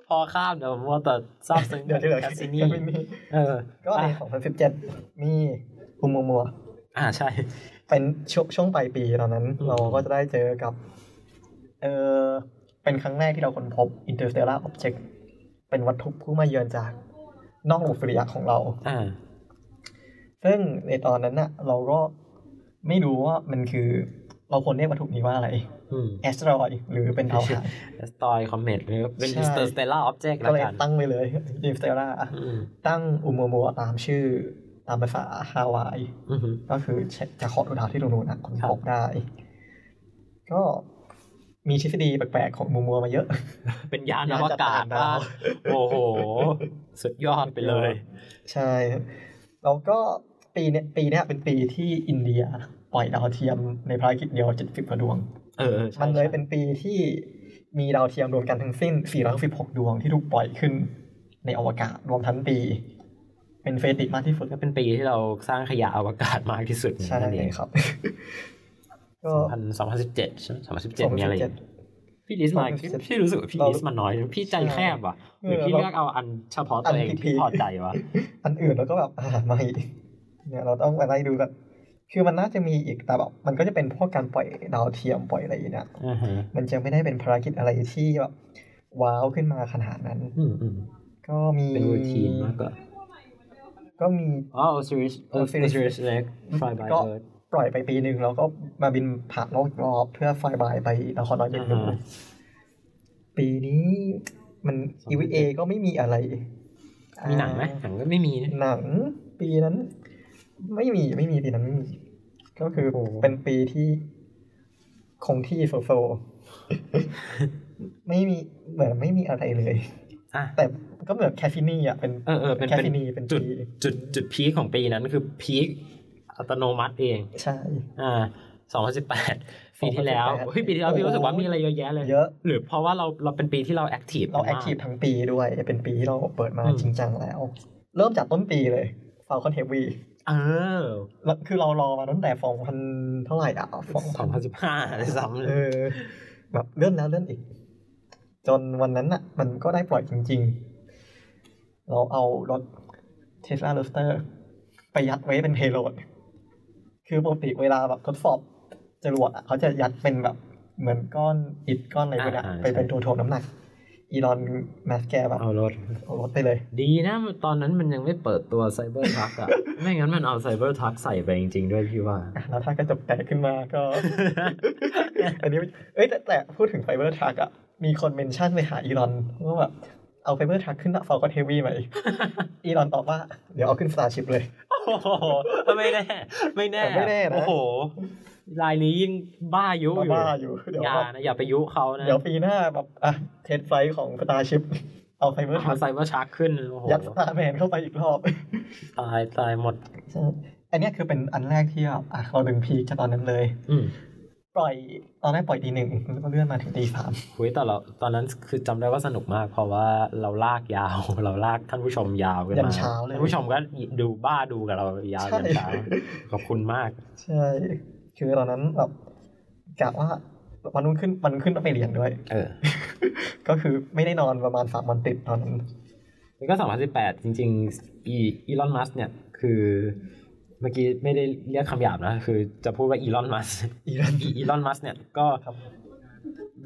พอข้ามเดี๋ยวมัวแต่ซาบซึ้ง เดี๋ยวเดี๋ยวเดี๋ยว แคสซินี่ แคสซินี่ เออ ก็ใน อ่ะ 2017 มีอุโมงค์มัว อ่าใช่ เป็นช่วงช่วงปลายปีตอนนั้น อืม เราก็จะได้เจอกับ เออเป็นครั้งแรกที่เราค้นพบ interstellar object เป็นวัตถุผู้มาเยือนจากนอกระบบสุริยะของเรา อ่า ซึ่งในตอนนั้นน่ะ เราก็ไม่รู้ว่ามันคือเราควรเรียกวัตถุนี้ว่าอะไร อืม แอสตรอยหรือเป็นดาวหาง สตอยคอมเมนต์เป็น ใช่ อินเตอร์สเตลล่าออบเจกต์ ก็ แล้ว เลย กัน ตั้งไปเลยดิสเตรา อืม ตั้งอุโมโมะตามชื่อตามภาษาฮาวาย อืม ก็คือจะขอดูดาวที่ดวงนู้นนะคน ครั พ บ บได้ ก็มีทฤษฎีแปลกๆ ของมูมัวมาเยอะ เป็นยานอวกาศว่างโอ้โห สุดยอดไปเลย ใช่ แล้วก็ปีเนี้ยปีเนี้ยเป็นปีที่อินเดียปล่อยดาวเทียมในภารกิจเดียวเจ็ดสิบกว่าดวง เออออใช่ มันเลย ใช่ เป็นปีที่มีดาวเทียมรวมกันทั้งสิ้น 416 ดวงที่ถูกปล่อยขึ้นในอวกาศรวมทั้งปี เป็นเฟติมากที่สุด ก็เป็นปีที่เราสร้างขยะอวกาศมากที่สุด ใช่ นั่นเอง ครับ ก็ สองพันสองพันสิบเจ็ดใช่ไหมสองพันสิบเจ็ดมีอะไรอีก พี่ลิสต์มา Concept พี่รู้สึกว่าพี่ลิสต์มันน้อยนะพี่ใจแคบว่ะหรือพี่เลือกเอาอันเฉพาะตัวเองที่พอใจวะ อันอื่นเราก็แบบ อ่าไม่เนี่ยเราต้องไปไล่ดูกันคือมันน่าจะมีอีกแต่แบบมันก็จะเป็นพวกการปล่อยดาวเทียมปล่อยอะไรอย่างเงี้ย อ่าฮะ มันจะไม่ได้เป็นภารกิจอะไรที่แบบว้าวขึ้นมาขนาดนั้น อืมอืม ก็มี เป็นรูทีนมากกว่า ก็มี อ๋อซีรีส์เออ All ซีรี Series ส์เล็กฟลายบาย ก็ เบิร์ด ปล่อยไปปีหนึ่งแล้วก็มาบินผ่านโลกอีกรอบเพื่อไฟบายไปนครนอยเย็นดู อ่าฮะ ปีนี้มัน EVA ก็ไม่มีอะไร มีหนังไหมหนังก็ไม่มีนะ หนังปีนั้น ไม่มีไม่มีปีนั้นไม่มี ก็คือ โอ้โห เป็นปีที่คงที่โฟโฟไม่มีเหมือนไม่มีอะไรเลย อ่ะ แต่ก็เหมือนแคสซินี่อ่ะเป็น เออเออเป็น แคส เป็น ซินี่เป็น จุด ปี จุดจุดพีคของปีนั้นคือพีคอัตโนมัติเอง ใช่ อ่า2018ปีที่ แล้ว 2018 เฮ้ยปีที่แล้วพี่รู้สึกว่ามีอะไรเยอะแยะเลย เยอะ หรือเพราะว่าเราเราเป็นปีที่เราแอคทีฟ เราแอคทีฟทั้งปีด้วย เป็นปีที่เราเปิดมาจริงจังแล้ว เริ่มจากต้นปีเลยฟ a l คอนเฮฟวี เออ คือเรารอมาตั้งแต่ฟองพันเท่าไหร่อ่ะฟองพัน 2015ด้วยซ้ำเล เอย อแบบเลื่อนแล้วเลื่อนอีก จนวันนั้นอ่ะ มันก็ได้ปล่อยจริง ๆ เราเอารถเทสลา l ลสเตอร์ไปยัดไว้เป็นเพโลด คือปกติเวลาแบบทดสอบจรวดอะเขาจะยัดเป็นแบบเหมือนก้อนอิฐก้อนอะไรไปเนี่ยไปเป็นตัวถ่วงน้ำหนัก อีลอนมัสก์แกแบบ เอารถ เอารถไปเลย ดีนะตอนนั้นมันยังไม่เปิดตัวไซเบอร์ทัก อะ ไม่งั้นมันเอาไซเบอร์ทักใส่ไปจริงๆด้วยพี่ว่า อ่ะแล้วถ้ากระจกแตกขึ้นมา ก็ อันนี้ เอ้ยแต่แต่พูดถึงไฟเบอร์ทรัคอะมีคนเมนชั่นไปหาอีลอนว่าแบบเอาไฟเบอร์ทรัคขึ้นฟอร์ก t เท วีไหม อีลอนตอบว่า เดี๋ยวเอาขึ้นสตาร์ชิพเลย โอ้โหไม่แน่ ไม่แน่ ไม่แน่นะ โอ้โหลายนี้ยิ่งบ้ายุอยู่ บ้าอยู่ เดี๋ยว อย่า แบบ นะอย่าไปยุเขานะ เดี๋ยวปีหน้าแบบอ่ะเทสไฟของสตาร์ชิพเอาไฟเบอร์ทรั เอา ค ไซเบอร์ทักขึ้นโอ้โห ยัดสตาร์แมนเข้าไปอีกรอบ ตายตายหมด ใช่อันเนี้ยคือเป็นอันแรกที่แบบอ่ะเราดึงพีคจากตอนนั้นเลย อืม ปล่อยตอนแรกปล่อยตีหนึ่งแล้วก็เลื่อนมาถึงตีสาม คุยแต่เราตอนนั้นคือจำได้ว่าสนุกมาก เพราะว่าเราลากยาว เราลากท่านผู้ชมยาวกัน ยั มาน เช้าเลย ท่านผู้ชมก็ดูบ้าดูกับเรายาว ใช่ ยัน เช้าขอบคุณมาก ใช่ คือตอนนั้นแบบกะว่าวันรุ่งขึ้นวันรุ่งขึ้นต้องไปเรียนด้วย เออ ก็คือไม่ได้นอนประมาณสามวันติดตอนนั้น แล้วก็2018 จริงๆอีอีลอนมัสเนี่ยคือเมื่อกี้ไม่ได้เรียกคำหยาบนะ คือจะพูดว่าอีลอนมัส อีรัน อีลอนมัสเนี่ยก็ ครับ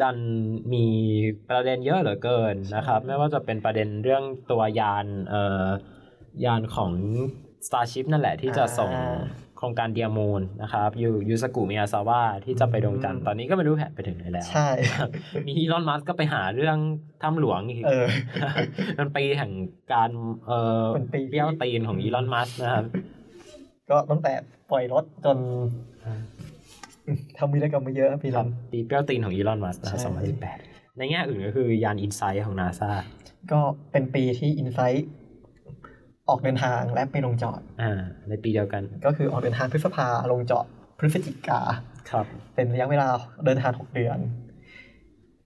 ดันมีประเด็นเยอะเหลือเกินนะครับ ใช่ ไม่ว่าจะเป็นประเด็นเรื่องตัวยานเอ่อยานของ Starship นั่นแหละที่จะส่งโครงการเดียมูนนะครับยูยูสกุมิยาซาวะที่จะไปดวงจันทร์ตอนนี้ก็ไม่รู้แผนไปถึงไหนแล้ว ใช่ มีอีลอนมัสก็ไปหาเรื่องถ้ำหลวงอีก เออ มันปีแห่งการเอ่อ เป็นปีที่ เบี้ยวตีนของอีลอนมัสนะครับ ก็ตั้งแต่ปล่อยรถจนทำวีรกรรมมาเยอะพี่รัน ปีเปรี้ยวตีนของอีลอนมัสก์นะครับ ใช่ 2018 ในแง่อื่นก็คือยานอินไซ h ์ของนาซา ก็เป็นปีที่อินไซต์ออกเดินทางและไปลงจอด อ่า ในปีเดียวกัน ก็คือออกเดินทางพฤษภาลงจอดพฤศจิกา ครับ เป็นระยะเวลาเดินทางหกเดือน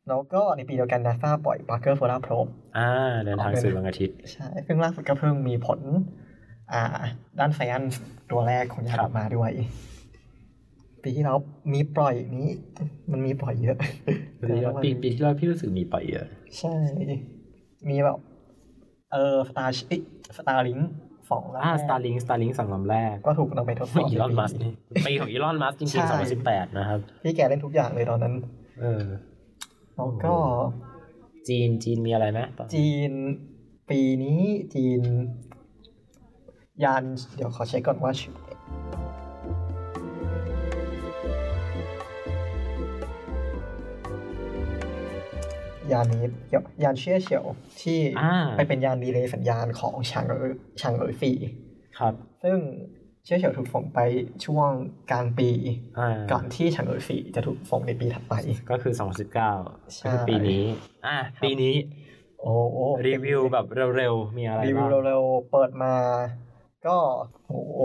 แล้วก็ในปีเดียวกันนาซาปล่อย Parker Polar Probe อ่า เดินทางสู่ดวงอาทิตย์ ใช่เพิ่งล่าสุดก็เพิ่งมีผล อ่า ด้านไซอันตัวแรกของยาน ครัอบอกมาด้วย ปีที่แล้วมีปล่อยนี้ มันมีปล่อยเยอะ ปีที่แล้วปีปีที่แล้วพี่รู้สึกมีปล่อยเยอะ ใช่ มีแบบ เออสตาร์สตาร์ลิงสองลำ อ่า แรก สตาร์ลิงสตาร์ลิงสั่งลำแรก ก็ถูกนำไปทดสอบ อีลอนมัส ใปี นี่ปีของอีลอนมัสจ ใช่ ริงๆ 2018 นะครับ พี่แกเล่นทุกอย่างเลยตอนนั้น เออ แล้วก็ จีนจีนมีอะไรไหมตอน จีนปีนี้จีน ยาน เดี๋ยวขอเช็คก่อนว่าชื่ออยานนี้เดี๋ยวยานเชี่ยเฉียวที่ อ่า ไปเป็นยานดีเลย์สัญญาณของชางเอ๋ยชางเอ๋ยสี่ ครับ ซึ่งเชี่ยเฉียวถูกส่งไปช่วงกลางปี อ่า ก่อนที่ชางเอ๋ยสี่จะถูกส่งในปีถัดไป ก็คือ 2019 ใช่ ก็คือปีนี้ อ่า ปีนี้ โอ้โห รีวิวแบบเร็วๆ มีอะไร รีวิ บ้าว ง เร็วๆ เปิดมา ก็โอ้โห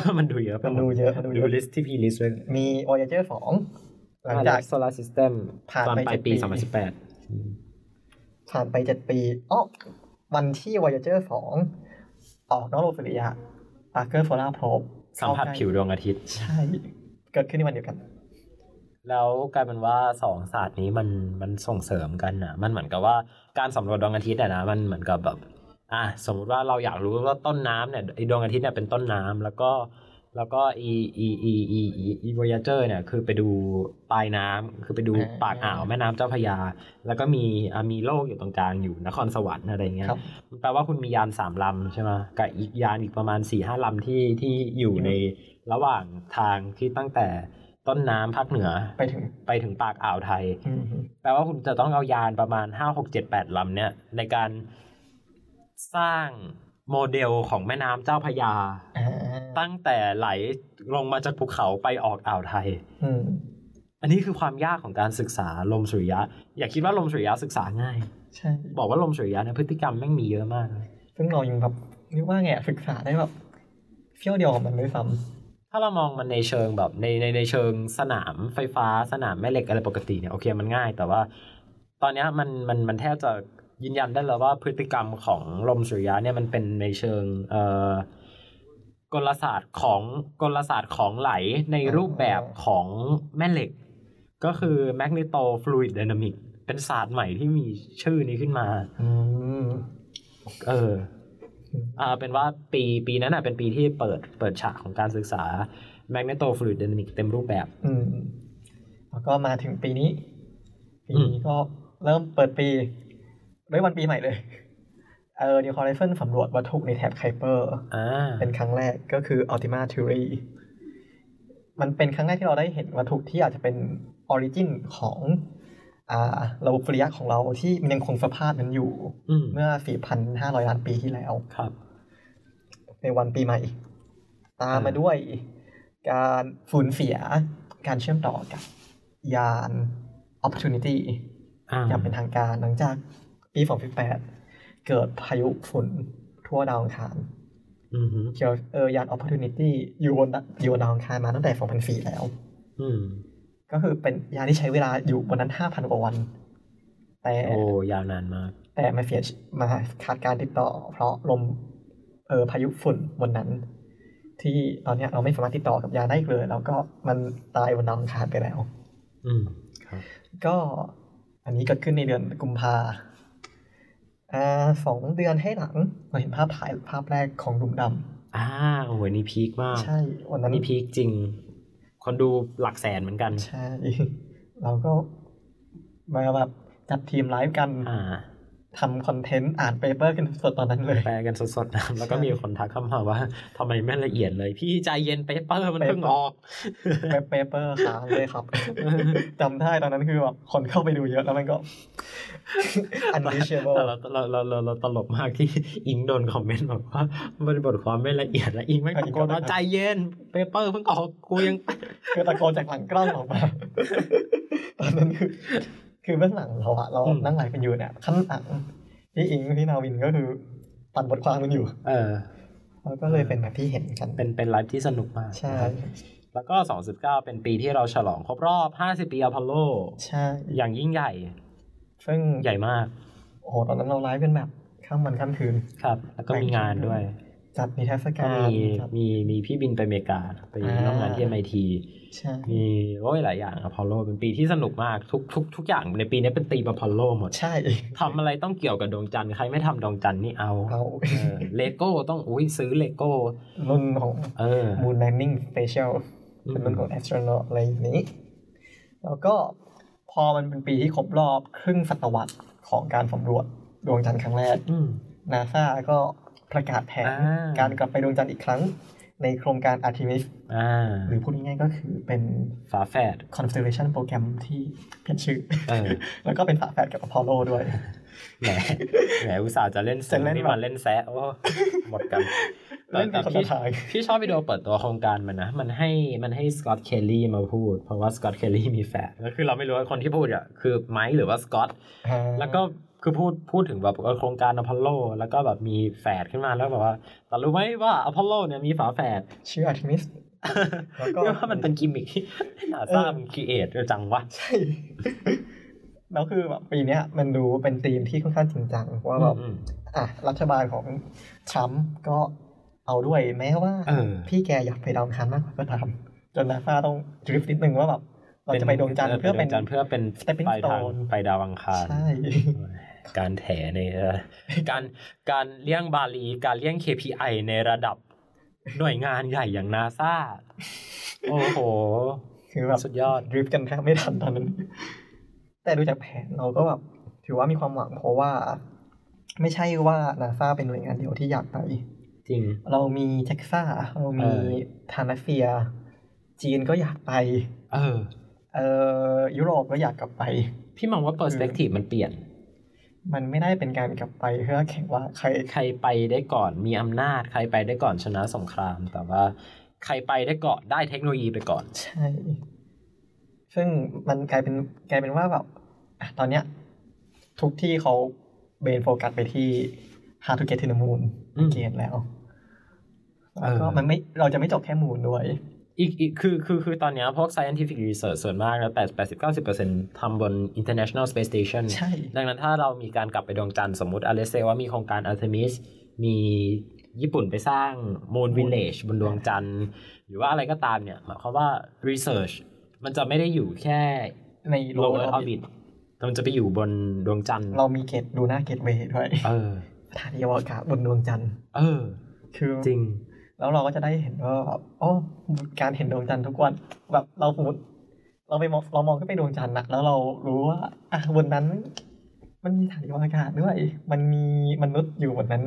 มันดูเยอะไป มันดูเยอะมันดูเยอะ ดูลิสต์ที่พี่ลิสต์ไว้ มี Voyager 2 หลังจาก โซลาร์ซิสเต็ม ผ่าน ตอน ไป ปลายปี เจ็ดปี 2018 ผ่านไป 7 ปีอ๋อวันที่ Voyager 2 ออกนอกโลกสุริยะ Parker Polar Probe สัมผัสผิวดวงอาทิตย์ ใช่ เกิดขึ้นในวันเดียวกัน แล้วกลายเป็นว่าสองศาสตร์นี้มันมันส่งเสริมกันนะมันเหมือนกับว่าการสำรวจดวงอาทิตย์อะนะมันเหมือนกับแบบอ่ะสมมุติว่าเราอยากรู้ว่าต้นน้ำเนี่ยไอดวงอาทิตย์เนี่ยเป็นต้นน้ำแล้วก็แล้วก็อีอีอีอีอีอีวอยเจอร์เนี่ยคือไปดูปลายน้ำคือไปดู อ่า ปากอ่าวแม่น้ำเจ้าพระยา แล้วก็มีอ่ะมีโลกอยู่ตรงกลางอยู่นครสวรรค์อะไรเงี้ย ครับ แปลว่าคุณมียานสามลำใช่ไหมกับอีกยานอีกประมาณสี่ห้าลำที่ที่อยู่ อยู่ ในระหว่างทางที่ตั้งแต่ต้นน้ำภาคเหนือ ไปถึง ไปถึงปากอ่าวไทย อืม แปลว่าคุณจะต้องเอายานประมาณห้าหกเจ็ดแปดลำเนี่ย ในการสร้างโมเดลของแม่น้ำเจ้าพระยา อ่า ตั้งแต่ไหลลงมาจากภูเขาไปออกอ่าวไทย อืม อันนี้คือความยากของการศึกษาลมสุริยะ อย่าคิดว่าลมสุริยะศึกษาง่าย ใช่ บอกว่าลมสุริยะเนี่ยพฤติกรรมแม่งมีเยอะมากเลย ซึ่งเรายังแบบนึกว่าไงอะศึกษาได้แบบเที่ยวเดียวกับมันด้วยซ้ ถ้าเรามองมันในเชิงแบบในในในเชิงสนามไฟฟ้าสนามแม่เหล็กอะไรปกติเนี่ยโอเคมันง่าย แต่ว่า ตอนเนี้ยมันมันมันแทบจะยืนยันได้แล้วว่าพฤติกรรมของลมสุริยะเนี่ยมันเป็นในเชิงเอ่อกลศาสตร์ของกลศาสตร์ของไหลในรูปแบบของแม่เหล็ก ก็คือแมกนิโตฟลูอิดไดนามิกเป็นศาสตร์ใหม่ที่มีชื่อนี้ขึ้นมา ำอืม เออ อ่า เป็นว่าปีปีนั้นน่ะเป็นปีที่เปิดเปิดฉากของการศึกษา magnetofluid dynamics เต็มรูปแบบ อืม แล้วก็มาถึงปีนี้ ปี อืม นี้ก็เริ่มเปิดปี ด้วยวันปีใหม่เลย เออ New Horizon สำรวจวัตถุในแถบไคเปอร์ อ่า เป็นครั้งแรกก็คือ Ultima Thule มันเป็นครั้งแรกที่เราได้เห็นวัตถุที่อาจจะเป็นออริจินของอ่าระบบปริยะของเราที่มันยังคงสภาพนั้นอยู่ อืม เมื่อ 4,500 ล้านปีที่แล้ว ครับ ในวันปีใหม่ ตามมาด้วย การสูญเสียการเชื่อมต่อกับยาน Opportunity อ่า อย่างเป็นทางการหลังจากปี 2018 เกิดพายุฝุ่นทั่วดาวอังคาร อืมฮึ เกี่ยวเออยาน Opportunity อยู่บนดาอยู่บนดาวอังคารมาตั้งแต่ 2004 แล้ว อืม ก็คือเป็นยานที่ใช้เวลาอยู่บนนั้น 5,000 กว่าวัน แต่ โอ้ ยาวนานมาก แต่มาเสียมาขาดการติดต่อ เพราะลมเออพายุฝุ่นบนนั้น ที่ตอนเนี้ยเราไม่สามารถติดต่อกับยานได้อีกเลย แล้วก็มันตายบนดาวอังคารไปแล้ว อืม ครับ ก็อันนี้เกิดขึ้นในเดือนกุมภาอ่าสองเดือนให้หลัง เราเห็นภาพถ่ายภาพแรกของหลุมด อ่า โอ้โหนี่พีคมาก ำใช่ วันนั้น นี่พีคจริง คนดูหลักแสนเหมือนกัน ใช่ เราก็มาแบบจัดทีมไลฟ์กัน อ่า ทำคอนเทนต์ อ่านเปเปอร์กันสดตอนนั้นเลย แปลกันสดๆนะ แล้วก็มีคนทักเข้ามาว่าทำไมแม่ละเอียดเลย พี่ใจเย็นเปเปอร์มันเพิ่งออก เปเปอร์ค้างเลยครับ จำได้ตอนนั้นคือแบบคนเข้าไปดูเยอะแล้วมันก็ unreachable แต่เราเราเราเราเราตลกมากที่ อิงโดนคอมเมนต์บอกว่าบริบทความไม่ละเอียดและอิงไม่ตะโกนว่าใจเย็นเปเปอร์เพิ่งออกกูยัง คือตะโกนจากหลังกล้องออกมา ตอนนั้นคือ คือเบื้องหลังเราอะเรา อืม นั่งไลฟ์กันอยู่เนี่ยข้างหลังพี่อิงพี่นาวินก็คือปั่นบทความกันอยู่ เออ แล้วก็เลยเป็นแบบที่เห็นกัน เป็นเป็นไลฟ์ที่สนุกมาก ใช่ นะครับแล้วก็ 29 เป็นปีที่เราฉลองครบรอบ 50 ปีอพอลโล ใช่ อย่างยิ่งใหญ่ ซึ่ง ใหญ่มาก โอ้โหตอนนั้นเราไลฟ์กันแบบข้ามวันข้ามคืน ครับ แล้วก็มีงานด้วย จัดนิทรรศ ก็ การ มี จัด มีมีพี่บินไปอเมริกาไป อ่า ร่วมงานที่ MIT ใช่ มีโอ้ยหลายอย่างอพอลโลเป็นปีที่สนุกมากทุกทุกทุกอย่างในปีนี้เป็นตีมอพอลโลหมด ใช่ ทำอะไรต้องเกี่ยวกับดวงจันทร์ใครไม่ทำดวงจันทร์นี่เอา เรา เออเลโก้ต้องอุ้ยซื้อเลโก้ รุ่นของ เออ Moon Landing Special อืม เป็นรุ่นของ Astronaut อะไรอย่างนี้ แล้วก็พอมันเป็นปีที่ครบรอบครึ่งศตวรรษของการสำรวจดวงจันทร์ครั้งแรก อืม นาซาก็ประกาศแผน อ่า การกลับไปดวงจันทร์อีกครั้ง ในโครงการ Artemis อ่า หรือพูดง่ายๆก็คือเป็น ฝาแฝด Constellation Program ที่เปลี่ยนชื่อ เออ แล้วก็เป็นฝาแฝดกับ Apollo ด้วย แหมแหมอุตส่าห์จะเล่น จะเล่น นี่ แบบ มาเล่นแซะโอ้หมดกัน เล่นเป็นคนละทาง พี่ชอบวิดีโอเปิดตัวโครงการมันนะ มันให้มันให้สกอตเคลลี่มาพูด เพราะว่าสกอตเคลลี่มีแฝดก็คือเราไม่รู้ว่าคนที่พูดอ่ะคือไมค์หรือว่าสกอต แล้วก็คือพูดพูดถึงแบบเออโครงการอพอลโล แล้วก็แบบมีแฝดขึ้นมาแล้วแบบว่าแต่รู้ไหมว่าอพอลโลเนี่ยมีฝาแฝด ชื่อ Artemis แล้วก็ เรียกว่ามันเป็นกิมมิคที่นาซามันครีเอทจังวะ ใช่ แล้วคือแบบปีเนี้ยมันดูเป็นธีมที่ค่อนข้างจริงจังว่าแบบ อืม อ่ะรัฐบาลของทรัมป์ก็เอาด้วยแม้ว่า เออ พี่แกอยากไปดาวอังคารมากกว่าก็ตามจนนาซาต้องดริฟต์นิดนึงว่าแบบ เราจะไปดวงจันทร์เพื่อเป็น ดวงจันทร์เพื่อเป็น stepping ไปทาง stone ไปดาวอังคาร ใช่ การแถใน เอ่อการการเลี่ยงบาลีการเลี่ยง KPI ในระดับหน่วยงานใหญ่อย่างนาซาโอ้โห คือแบบ สุดยอด ดริฟต์กันแทบไม่ทันตอนนั้น แต่ดูจากแผนเราก็แบบถือว่ามีความหวังเพราะว่า ไม่ใช่ว่านาซาเป็นหน่วยงานเดียวที่อยากไป จริง เรามีแจ็กซ่าเรามี เออ ทานาเฟีย จีนก็อยากไป เออ เออยุโรปก็อยากกลับไป พี่มองว่า perspective มันเปลี่ยน มันไม่ได้เป็นการกลับไปเพื่อแข่งว่าใคร ใครไปได้ก่อนมีอำนาจ ใครไปได้ก่อนชนะสงคราม แต่ว่าใครไปได้ก่อนได้เทคโนโลยีไปก่อน ใช่ ซึ่งมันกลายเป็นกลายเป็นว่าแบบอ่ะตอนเนี้ย ทุกที่เขาเบนโฟกัสไปที่ How to get to the moon อืม เกณฑ์แล้ว แล้วก็ เออ มันไม่เราจะไม่จบแค่มูนด้วย อีกอีกคือคือคือตอนเนี้ยพวก scientific research ส่วนมากแล้ว8 0 90 ทำบน international space station ใช่ ดังนั้นถ้าเรามีการกลับไปดวงจันทร์สมมติอเลเซว่ามีโครงการอัลเทมิสมีญี่ปุ่นไปสร้าง Moon Village บนดวงจันทร์ หรือว่าอะไรก็ตามเนี่ยหมายความว่า Research มันจะไม่ได้อยู่แค่ ใน low lower Earth orbit orbit แต่มันจะไปอยู่บนดวงจันทร์ เรามีเกตดูหน้าเกตเวย์ด้วย เออ สถานีอวกาศบนดวงจันทร์ เออ คือ จริง แล้วเราก็จะได้เห็นว่าแบบโอ้การเห็นดวงจันทร์ทุกวัน แบบเราสมมติเราไปมองเรามองขึ้นไปดวงจันทร์นะแล้วเรารู้ว่าอ่ะบนนั้น มันมีถ่ายอากาศด้วย มันมีมนุษย์อยู่บนนั้น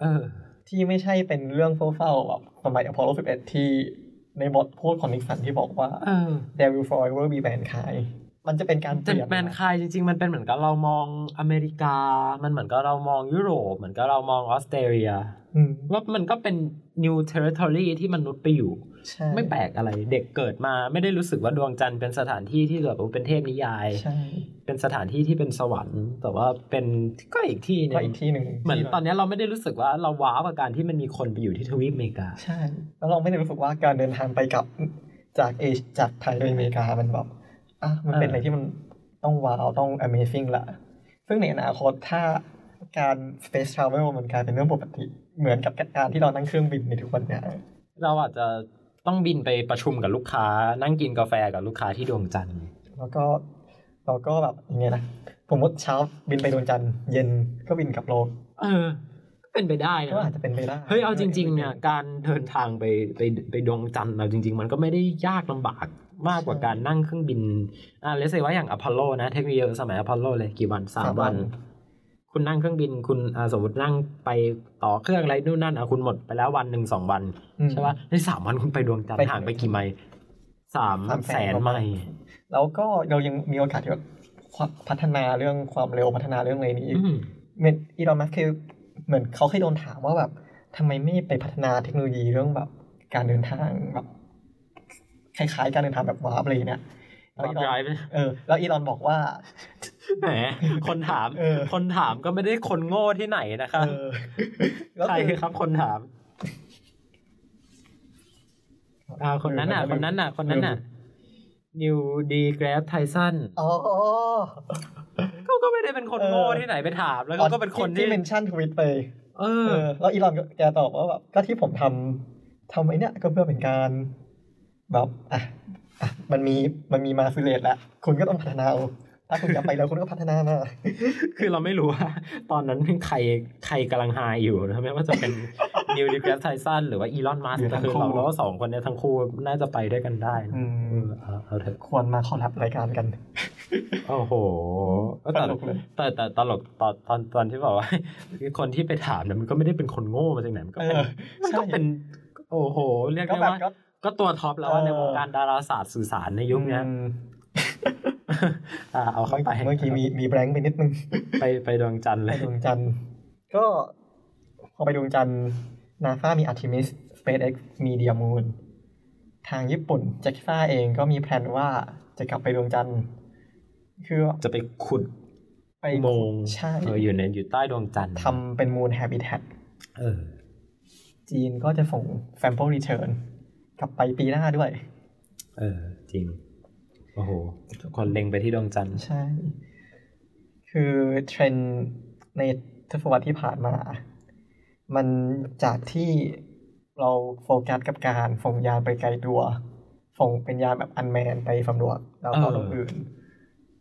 เออ ที่ไม่ใช่เป็นเรื่องเฝ้าๆแบบสมัยอพอลโล11 ที่ในบทพูดของนิกสันที่บอกว่า เออ there will forever be mankind มันจะเป็นการเป แต่ ลี่ยน แมนคายจริง ๆ มันเป็นเหมือนกับเรามองอเมริกา มันเหมือนกับเรามองยุโรป เหมือนกับเรามองออสเตรเลีย อืม ว่ามันก็เป็น new territory ที่มนุษย์ไปอยู่ ใช่ ไม่แปลกอะไร เด็กเกิดมาไม่ได้รู้สึกว่าดวงจันทร์เป็นสถานที่ที่แบบโอ้เป็นเทพนิยาย ใช่ เป็นสถานที่ที่เป็นสวรรค์ แต่ว่าเป็นก็อีกที่หนึ ก็ ง อีกที่หนึ่ง เหมือน ที่รา ตอนเนี้ยเราไม่ได้รู้สึกว่าเราว้าวกับการที่มันมีคนไปอยู่ที่ทวีปอเมริกา ใช่ แล้วเราไม่ได้รู้สึกว่าการเดินทางไปกลับจากเอชจากไทยไปอเมริกามันแบบอ่ะมันเป็น เอออ อะไรที่มันต้องว้าวต้อง amazing ละ ซึ่งในอนาคตถ้าการ space travel มันกลายเป็นเรื่องปกติ เหมือนกับการที่เรานั่งเครื่องบินในทุกวันเนี่ย เราอาจจะต้องบินไปประชุมกับลูกค้า นั่งกินกาแฟกับลูกค้าที่ดวงจันทร์ แล้วก็เราก็แบบยังไงนะสมมติเช้าบินไปดวงจันทร์เย็นก็บินกลับโลก เออก็เป็นไปได้ ก็อา นะ จจะเป็นไปได้ เฮ้ยเอาจริงๆเนี่ยการเดินทางไปไปไปดวงจันทร์เราจริง ๆ มันก็ไม่ได้ยากลำบากมากกว่าการนั่งเครื่องบินอ่าเลเซว่าอย่างอพอลโลนะเทคโนโลยีสมัยอพอลโลเลยกี่วันสามวัน คุณนั่งเครื่องบินคุณอ่าสมมตินั่งไปต่อเครื่องอะไรนู่นนั่นอ่ะคุณหมดไปแล้ววันหนึ่งสองวัน อืม ใช่ปะในสามวันคุณไปดวงจันท ไป ร์ห่างไปกี่ไมล์สาม สามแส แส น น กว่า ไมล์ แล้วก็เรายังมีโอกาสที่แบบพัฒนาเรื่องความเร็วพัฒนาเรื่องอะไรนี้อีก อืม เหมือนอีลอนมัสก์เคยเหมือนเขาเคยโดนถามว่าแบบทำไมไม่ไปพัฒนาเทคโนโลยีเรื่องแบบการเดินทางแบบคล้ายๆ การเดินทางแบบวาร์ปอะไรอย่างเงี้ยแล้วอีลอน drive เออแล้วอีลอนบอกว่า แหมคนถาม เออ คนถามก็ไม่ได้คนโง่ที่ไหนนะคะ เอ อแล้ว ใคร คือ ครับคนถามอ่าคนนั้นน่ะ ลืม คนนั้นน่ะ คนนั้นน่ะ ลื นิวดีแกรฟไทสัน อ๋อ เขาก็ไม่ได้เป็นคนโง่ เออ ที่ไหนไปถาม แล้วเขาก็เป็นคนที่ ที่เมนชั่นทวิตไป เอ เอ อ อแล้วอีลอนก็แกตอบว่าแบบก็ที่ผมทำทำไอ้เนี่ยก็เพื่อเป็นการแบบอ่ะอ่ะมันมีมันมีมาฟิเลตแล้วคุณก็ต้องพัฒนาเอาถ้าคุณจะไปแล้วคุณก็พัฒนามา คือเราไม่รู้ว่า ตอนนั้นใครใครกำลังไฮอยู่นะไม่ว่าจะ เป็น นิวดีแกรฟไทสันหรือว่าอีลอนมัส หรือทั้ ก็ ง คือ คู่ เราเราว่าสองคนเนี้ทั้งคู่น่าจะไปด้วยกันได้นะ อื เอ ม อเอาเอาเถอะ ควรมาคอรับรายการกัน โอ้โหแต่ ตลกเลย แต่แต่ตลกตอนตอนตอนที่บอกว่า คนที่ไปถามเนี่ยมันก็ไม่ได้เป็นคนโง่มาจากไหนมันก็ เอ เป็น อ มัน ใช่ ก็เป็น โอ้โห เรียก ก็ ได้ แบบ ว่า ก็ ก็ตัวท็อปแล้วอะ เออ ในวงการดาราศาสตร์สื่อสารในยุคเนี้ย อืม อ่าเอาเข้าไป เมื่อกี้มีมีแบงค์ไปนิด นึง ไปไปดวงจันทร์ ไป เลย ดวงจันทร์ก็พอไปดวงจันทร์นาซามีอาร์ติมิส SpaceX มีเดียมูนทางญี่ปุ่นแจ็คซ่าเองก็มีแพลนว่าจะกลับไปดวงจันทร์คือ จะไปขุด ไป อุโมงค์ ใช่ เอออยู่ในอยู่ใต้ดวงจันทร์ ทำเป็นมูลแฮบิแท t เออ จีนก็จะส่งแฟม p l e Return กลับไปปีหน้าด้วย เออ จริง โอ้โหทุกคนเล็งไปที่ดวงจันทร์ ใช่ คือเทรนด์ในทศวรรษที่ผ่านมา มันจากที่เราโฟกัสกับการส่งยานไปไกลตัว โฟ ส่งเป็นยานแบบอันแมนไปสำรวจดาวเคราะห์ดวงอื่น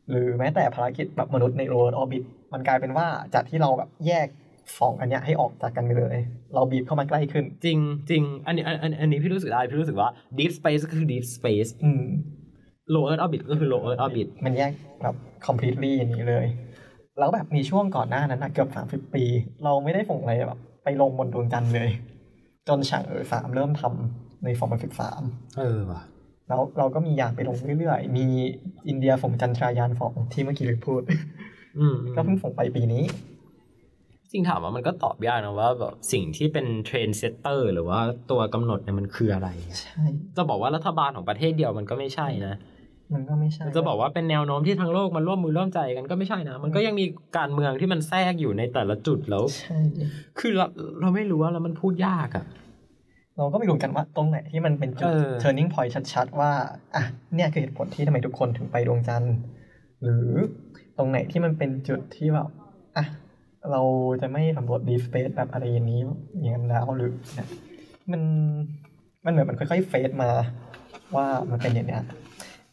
หรือแม้แต่ภารกิจแบบมนุษย์ในโรดออบิทมันกลายเป็นว่าจากที่เราแบบแยกสองอันเนี้ยให้ออกจากกันไปเลย เราบีบเข้ามาใกล้ขึ้น จริงจริงอันนี้อันอันอันนี้พี่รู้สึกได้พี่รู้สึกว่า deep space ก็คือ deep space อืม low earth orbit ก็คือ low earth orbit มันแยกแบบ completely อย่างนี้เลย แล้วแบบมีช่วงก่อนหน้านั้นนะเกือบสามสิบปี เราไม่ได้ส่งอะไรแบบ ไปลงบนดวงจันทร์เลย จนฉางเอ๋ยสามเริ่มทำในสองพันสิบสาม เออว่ะ แล้วเราก็มียานไปลงเรื่อยๆ มีอินเดียส่งจันทรายานสองที่เมื่อกี้ลืมพูด อืม ก็เพิ่งส่งไปปีนี้ จริงถามว่ามันก็ตอบยากนะว่าแบบสิ่งที่เป็นเทรนเซตเตอร์หรือว่าตัวกำหนดเนี่ยมันคืออะไร ใช่ จะบอกว่ารัฐบาลของประเทศเดียวมันก็ไม่ใช่นะ มันก็ไม่ใช่ จะบอกว่าเป็นแนวโน้มที่ทั้งโลกมันร่วมมือร่วมใจกันก็ไม่ใช่นะ มันก็ยังมีการเมืองที่มันแทรกอยู่ในแต่ละจุดแล้ว ใช่ คือเราเราไม่รู้ว่าแล้วมันพูดยากอะ เราก็ไม่รู้กันว่าตรงไหนที่มันเป็นจุด เออ turning point ชัดๆ ว่าอ่ะเนี่ยคือเหตุผลที่ทำไมทุกคนถึงไปดวงจันทร์หรือตรงไหนที่มันเป็นจุดที่แบบอ่ะเราจะไม่สำรวจ deep space แบบอะไรอย่างนี้ อย่างนั้นแล้วหรือเนี่ยมันมันเหมือนมันค่อยๆเฟดมา ว่ามันเป็นอย่างเนี้ย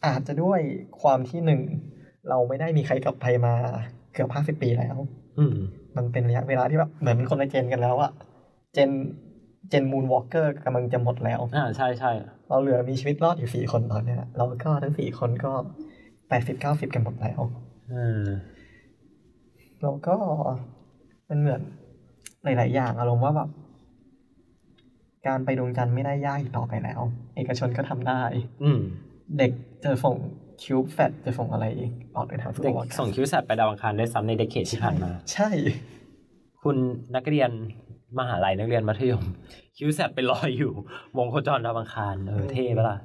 อาจจะด้วยความที่หนึ่ง เราไม่ได้มีใครกลับไปมาเกือบห้าสิบ50 ปีแล้ว อืม มันเป็นระยะเวลาที่แบบเหมือนคนละเจนกันแล้วอะเจนเจนมูนวอล์กเกอร์กำลังจะหมดแล้ว อ่าใช่ใช่ เราเหลือมีชีวิตรอดอยู่สี่คนตอนเนี้ยเราก็ทั้งสี่คนก็แปดสิบเก้าสิบกันหมดแล้ว เออ เราก็มันเหมือนหลาย ๆ อย่างอารมณ์ว่าแบบการไปดวงจันทร์ไม่ได้ยากอีกต่อไปแล้ว เอกชนก็ทำได้ อืม เด็กจะส่งคิวบแฟดจะส่งอะไรออกเดินทางสู่ เด็ อก วกาศ ส่งคิวแซดไปดาวอังคารได้ซ้ำในเดเคดที่ผ่านมา ใช่ คุณนักเรียนมหาลัยนักเรียนมัธยม คิวแซดไปลอยอยู่ วงโคจรดาวอังคารเออเท่ปะล่ะ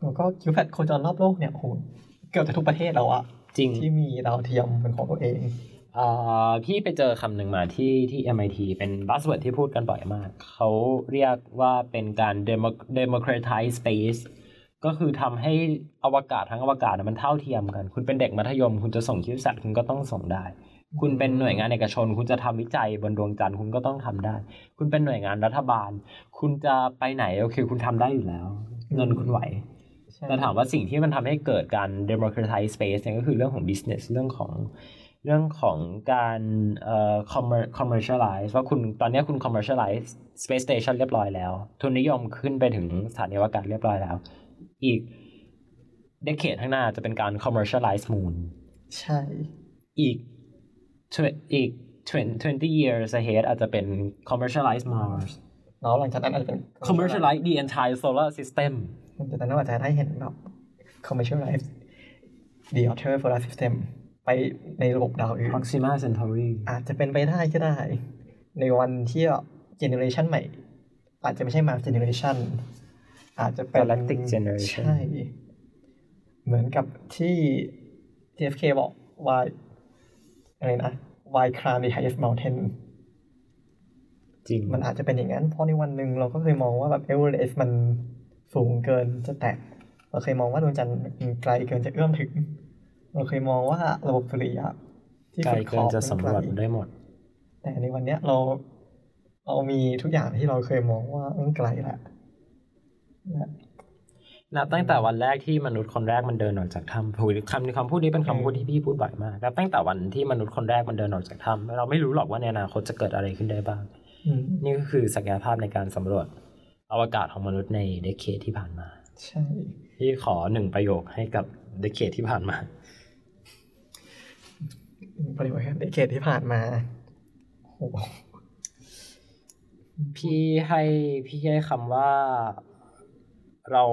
แล้วก็คิวบแฟดโคจรรอบโลกเนี่ยโหเกือบจะทุกประเทศแล้วอะ จริง ที่มีดาวเทียมเป็นของตัวเอง เอ่อพี่ไปเจอคำหนึ่งมาที่ที่ MIT เป็นบัสเวิร์ดที่พูดกันบ่อยมาก เขาเรียกว่าเป็นการ demo- democratize space ก็คือทำให้อวกาศทั้งอวกาศน่ะมันเท่าเทียมกัน คุณเป็นเด็กมัธยม คุณจะส่งคิวสัตว์คุณก็ต้องส่งได้ คุณเป็นหน่วยงานเอกชน คุณจะทำวิจัยบนดวงจันทร์คุณก็ต้องทำได้ คุณเป็นหน่วยงานรัฐบาล คุณจะไปไหนโอเค คุณทำได้อยู่แล้ว เงินคุณไหว แต่ถามว่าสิ่งที่มันทำให้เกิดการ democratize space เนี่ยก็คือเรื่องของ business เรื่องของเรื่องของการเอ่อ commer- commercialize ว่าคุณตอนเนี้ยคุณ commercialize space station เรียบร้อยแล้ว ทุนนิยมขึ้นไปถึงสถานีอวกาศเรียบร้อยแล้ว อีกเดเคดข้างหน้าจะเป็นการ commercialize moon ใช่ อีก20อีก20 years ahead อาจจะเป็น commercialize Mars แล้วหลังจากนั้นอาจจะเป็น commercialize the entire solar system หลังจากนั้นเราอาจจะได้เห็นแบบ commercialize the outer solar system ไปในระบบดาวอื่น Proxima Centauri อาจจะเป็นไปได้ก็ได้ ในวันที่ generation ใหม่ อาจจะไม่ใช่มา generation อาจจะเป็น Galactic generation ใช่ เหมือนกับที่ JFK บอกว่า อะไรนะ why climb the highest mountain จริง มันอาจจะเป็นอย่างนั้น เพราะในวันหนึ่งเราก็เคยมองว่าแบบเอเวอเรสต์มันสูงเกินจะแตก เราเคยมองว่าดวงจันทร์มันไกลเกินจะเอื้อมถึง เราเคยมองว่าระบบสุริยะ ไกล สุดข เกิ อนบ จะสำรวจ มัน มัน ไกล ได้หมด แต่ในวันเนี้ยเราเรามีทุกอย่างที่เราเคยมองว่ามันไกลละและ นับตั้งแต่วันแรกที่มนุษย์คนแรกมันเดินออกจากถ้ำพูดคำคำพูดนี้เป็นคำพูดที่พี่พูดบ่อยมากนับตั้งแต่วันที่มนุษย์คนแรกมันเดินออกจากถ้ำเราไม่รู้หรอกว่าในอนาคตจะเกิดอะไรขึ้นได้บ้าง อืม นี่ก็คือศักยภาพในการสำรวจอวกาศของมนุษย์ในเดเคดที่ผ่านมา ใช่ ที่ขอหนึ่งประโยคให้กับเดเคดที่ผ่านมา ปริวัติในเขตที่ผ่านมาโอ้โห พี่ให้พี่ให้คำว่าเรา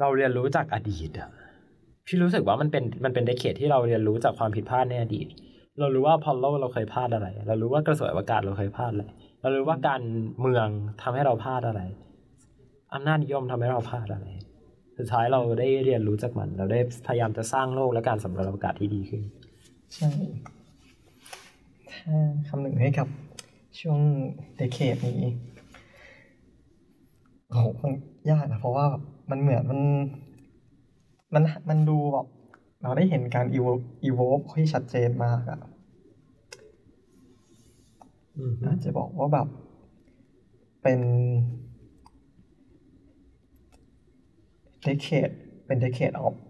เราเรียนรู้จากอดีตอะพี่รู้สึกว่ามันเป็นมันเป็นเดเคทที่เราเรียนรู้จากความผิดพลาดในอดีต เรารู้ว่าพอลโลเราเคยพลาดอะไร เรารู้ว่ากระสวยอากาศเราเคยพลาดอะไรเรารู้ว่าการเมืองทำให้เราพลาดอะไรอำนาจนิยมทำให้เราพลาดอะไร สุดท้ายเราได้เรียนรู้จากมัน เราได้พยายามจะสร้างโลกและการสำรวจอวกาศที่ดีขึ้น ใช่ถ้าคำหนึ่งให้กับช่วงเดเคดนี้โอ้โหมันยากนะ เพราะว่าแบบมันเหมือนมันมันมันดูแบบเราได้เห็นการอีโวอีโวที่ชัดเจนมากอะ อืม อาจจะบอกว่าแบบเป็น decade เป็น decade of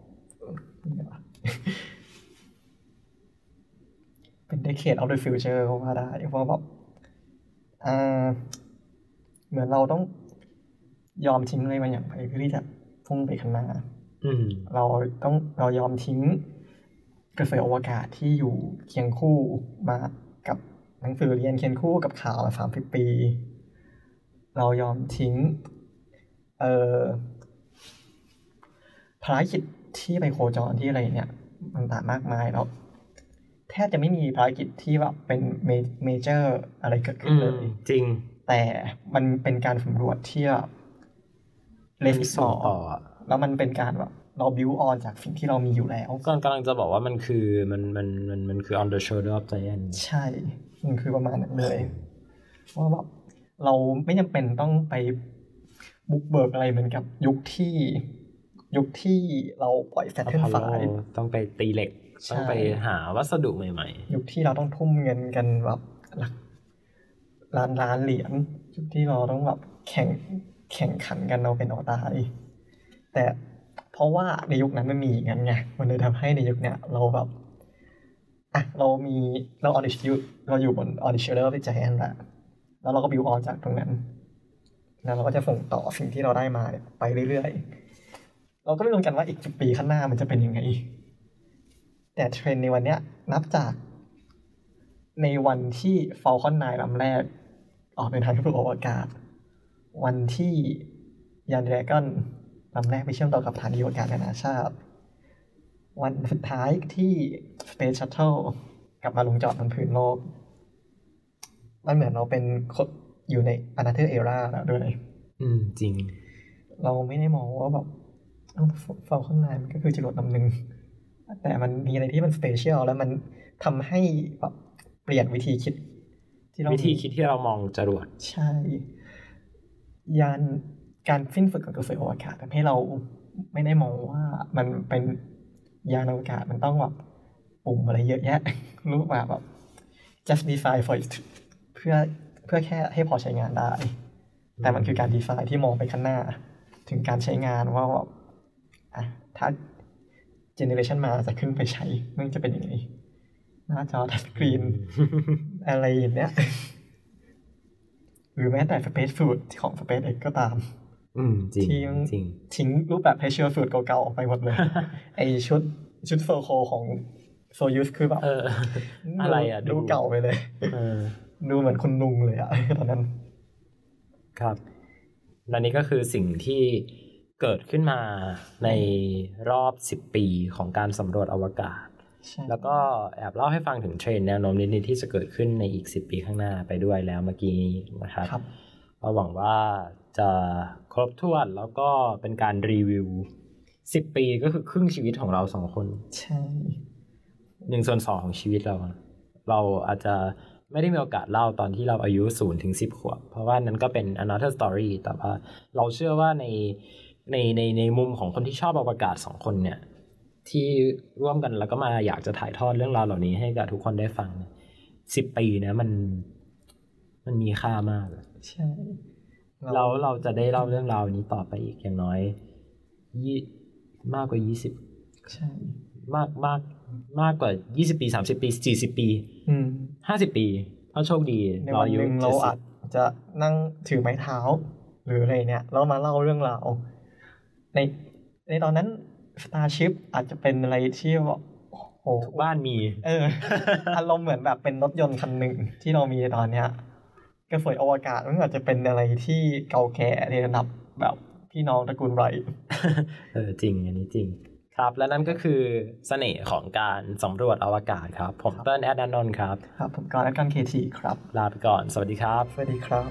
เป็น decade of the future ก็ว่าได้เพราะว่าแบบอ่าเหมือนเราต้องยอมทิ้งอะไรบางอย่างไปเพื่อที่จะพุ่งไปข้างหน้า อืม เราต้องเรายอมทิ้งกระแสอวกาศที่อยู่เคียงคู่มากับหนังสือเรียนเคียงคู่กับข่าวมาสามสิบปี เรายอมทิ้งเอ่อภารกิจที่ไปโคจรที่อะไรเนี่ยมันต่างมากมายแล้วแทบจะไม่มีภารกิจที่แบบเป็นเมเจอร์อะไรเกิดขึ้ อื น ม เลย จริง แต่มันเป็นการสำรวจที่แบบเลนส์ส ส่ อง ง ต่ออะ แล้วมันเป็นการแบบเราบิวออนจากสิ่งที่เรามีอยู่แล้ว ก็กำลังจะบอกว่ามันคือมันมันมันมันคือ on the shoulder of giant ใช่ มันคือประมาณนั้นเลยว่าแบบเราไม่จำเป็นต้องไปบุกเบิกอะไรเหมือนกับยุคที่ยุคที่เราปล่อยแฟลช อ ขึ้น พอลโล สาย ต้องไปตีเหล็ก ใช่ ต้องไปหาวัสดุใหม่ ยุคที่เราต้องทุ่มเงินกันแบบหลักล้านล้านเหรียญยุคที่เราต้องแบบแข่งแข่งขันกันเราเป็นเอาตาย แต่เพราะว่าในยุคนั้นมันมีอย่างนั้นไงมันเลยทำให้ในยุคเนี้ยเราแบบอ่ะเรามีเราออดิชเราอยู่บนออดิชเนอร์ไปใจแอนละแล้วเราก็บิวออนจากตรงนั้น แล้วเราก็จะส่งต่อสิ่งที่เราได้มาเนี่ยไปเรื่อยๆ เราก็ไม่รู้เหมือนกันว่าอีกสิบปีข้างหน้ามันจะเป็นยังไง แต่เทรนด์ในวันเนี้ยนับจาก ในวันที่ Falcon 9ลำแรก ออกเดินทางไปสู่อวกาศ วันที่ยานดรากอนลำแรกไปเชื่อมต่อกับฐานอวกาศนานาชาติ วันสุดท้ายที่ Space Shuttle กลับมาลงจอดบนพื้นโลก มันเหมือนเราเป็นคนอยู่ใน another era แล้วด้วย ๆ อืม จริง เราไม่ได้มองว่าแบบเฟลข้างในมันก็คือจรวดลำหนึ่ง แต่มันมีอะไรที่มันสเปเชียลแล้วมันทำให้แบบเปลี่ยนวิธีคิด ที่เรา วิธีคิดที่เรามองจรวด ใช่ ยานการฟิ้นฝึกกับกระสวยอวกาศทำให้เราไม่ได้มองว่ามันเป็นยานอวกาศมันต้องแบบปุ่มอะไรเยอะแย ะ รู้มาแบบ justify for it เพื่อเพื่อแค่ให้พอใช้งานได้ แต่มันคือการดีไซน์ที่มองไปข้างหน้า ถึงการใช้งานว่าแบบอ่ะถ้าเจเนอเรชันมาจะขึ้นไปใช้มันจะเป็นยังไง หน้าจอทัชสกรีน อะไรอย่างเนี้ย หรือแม้แต่ Space Food ของ Space X ก็ตาม อืม จริง ที่มัน จริง ทิ้งรูปแบบ Pressure Food เก่าๆ ออกไปหม ดเลย ไอชุดชุดโซโคของโซยูสคือแบบ เออ อะไรอ่ะ ดูเก่าไปเลย เออ ดูเหมือนคุณลุงเลยอะ ตอนนั้น ครับและนี่ก็คือสิ่งที่เกิดขึ้นมาในรอบ 10 ปีของการสำรวจอวกาศ ใช่ แล้วก็แอบเล่าให้ฟังถึงเทรนด์แนวโน้มนิดๆที่จะเกิดขึ้นในอีก 10 ปีข้างหน้าไปด้วยแล้วเมื่อกี้นี้นะครับ ครับ ก็หวังว่าจะครบถ้วนแล้วก็เป็นการรีวิว 10 ปีก็คือครึ่งชีวิตของเราสองคน ใช่ 1นส่วนสองของชีวิตเราอะเราอาจจะไม่ได้มีโอกาสเล่าตอนที่เราอายุ0ถึง10 ขวบ เพราะว่านั้นก็เป็น another story แต่ว่าเราเชื่อว่าในในในในมุมของคนที่ชอบอวกาศสองคนเนี่ย ที่ร่วมกันแล้วก็มาอยากจะถ่ายทอดเรื่องราวเหล่านี้ให้กับทุกคนได้ฟังสิบปีนะมันมันมีค่ามากอะ ใช่ เราเราจะได้เล่าเรื่องราวนี้ต่อไปอีกอย่างน้อยยี่มากกว่ายี่สิบ ใช่ มากมากมากกว่ายี่สิบปีสามสิบปีสี่สิบปี อืม ห้าสิบปีถ้าโชคดี ในวันหนึ่งเราอาจจะนั่งถือไม้เท้า หรืออะไรเนี่ยแล้วมาเล่าเรื่องราวในในตอนนั้น Starship อาจจะเป็นอะไรที่แบบโอ้โห 70บ้านมี เออ อารมณ์เหมือนแบบเป็นรถยนต์คันหนึ่งที่เรามีในตอนเนี้ยกระสวยอวกาศมันอาจจะเป็นอะไรที่เก่าแก่ในระดับแบบพี่น้องตระกูลไรท์ เออจริงอันนี้จริง ครับและนั่นก็คือเสน่ห์ของการสำรวจอวกาศครับ ผมเติ้ลแอดดานนท์ครับ ครับ ผมกรณ์และการเคทีครับ ลาไปก่อน สวัสดีครับ สวัสดีครับ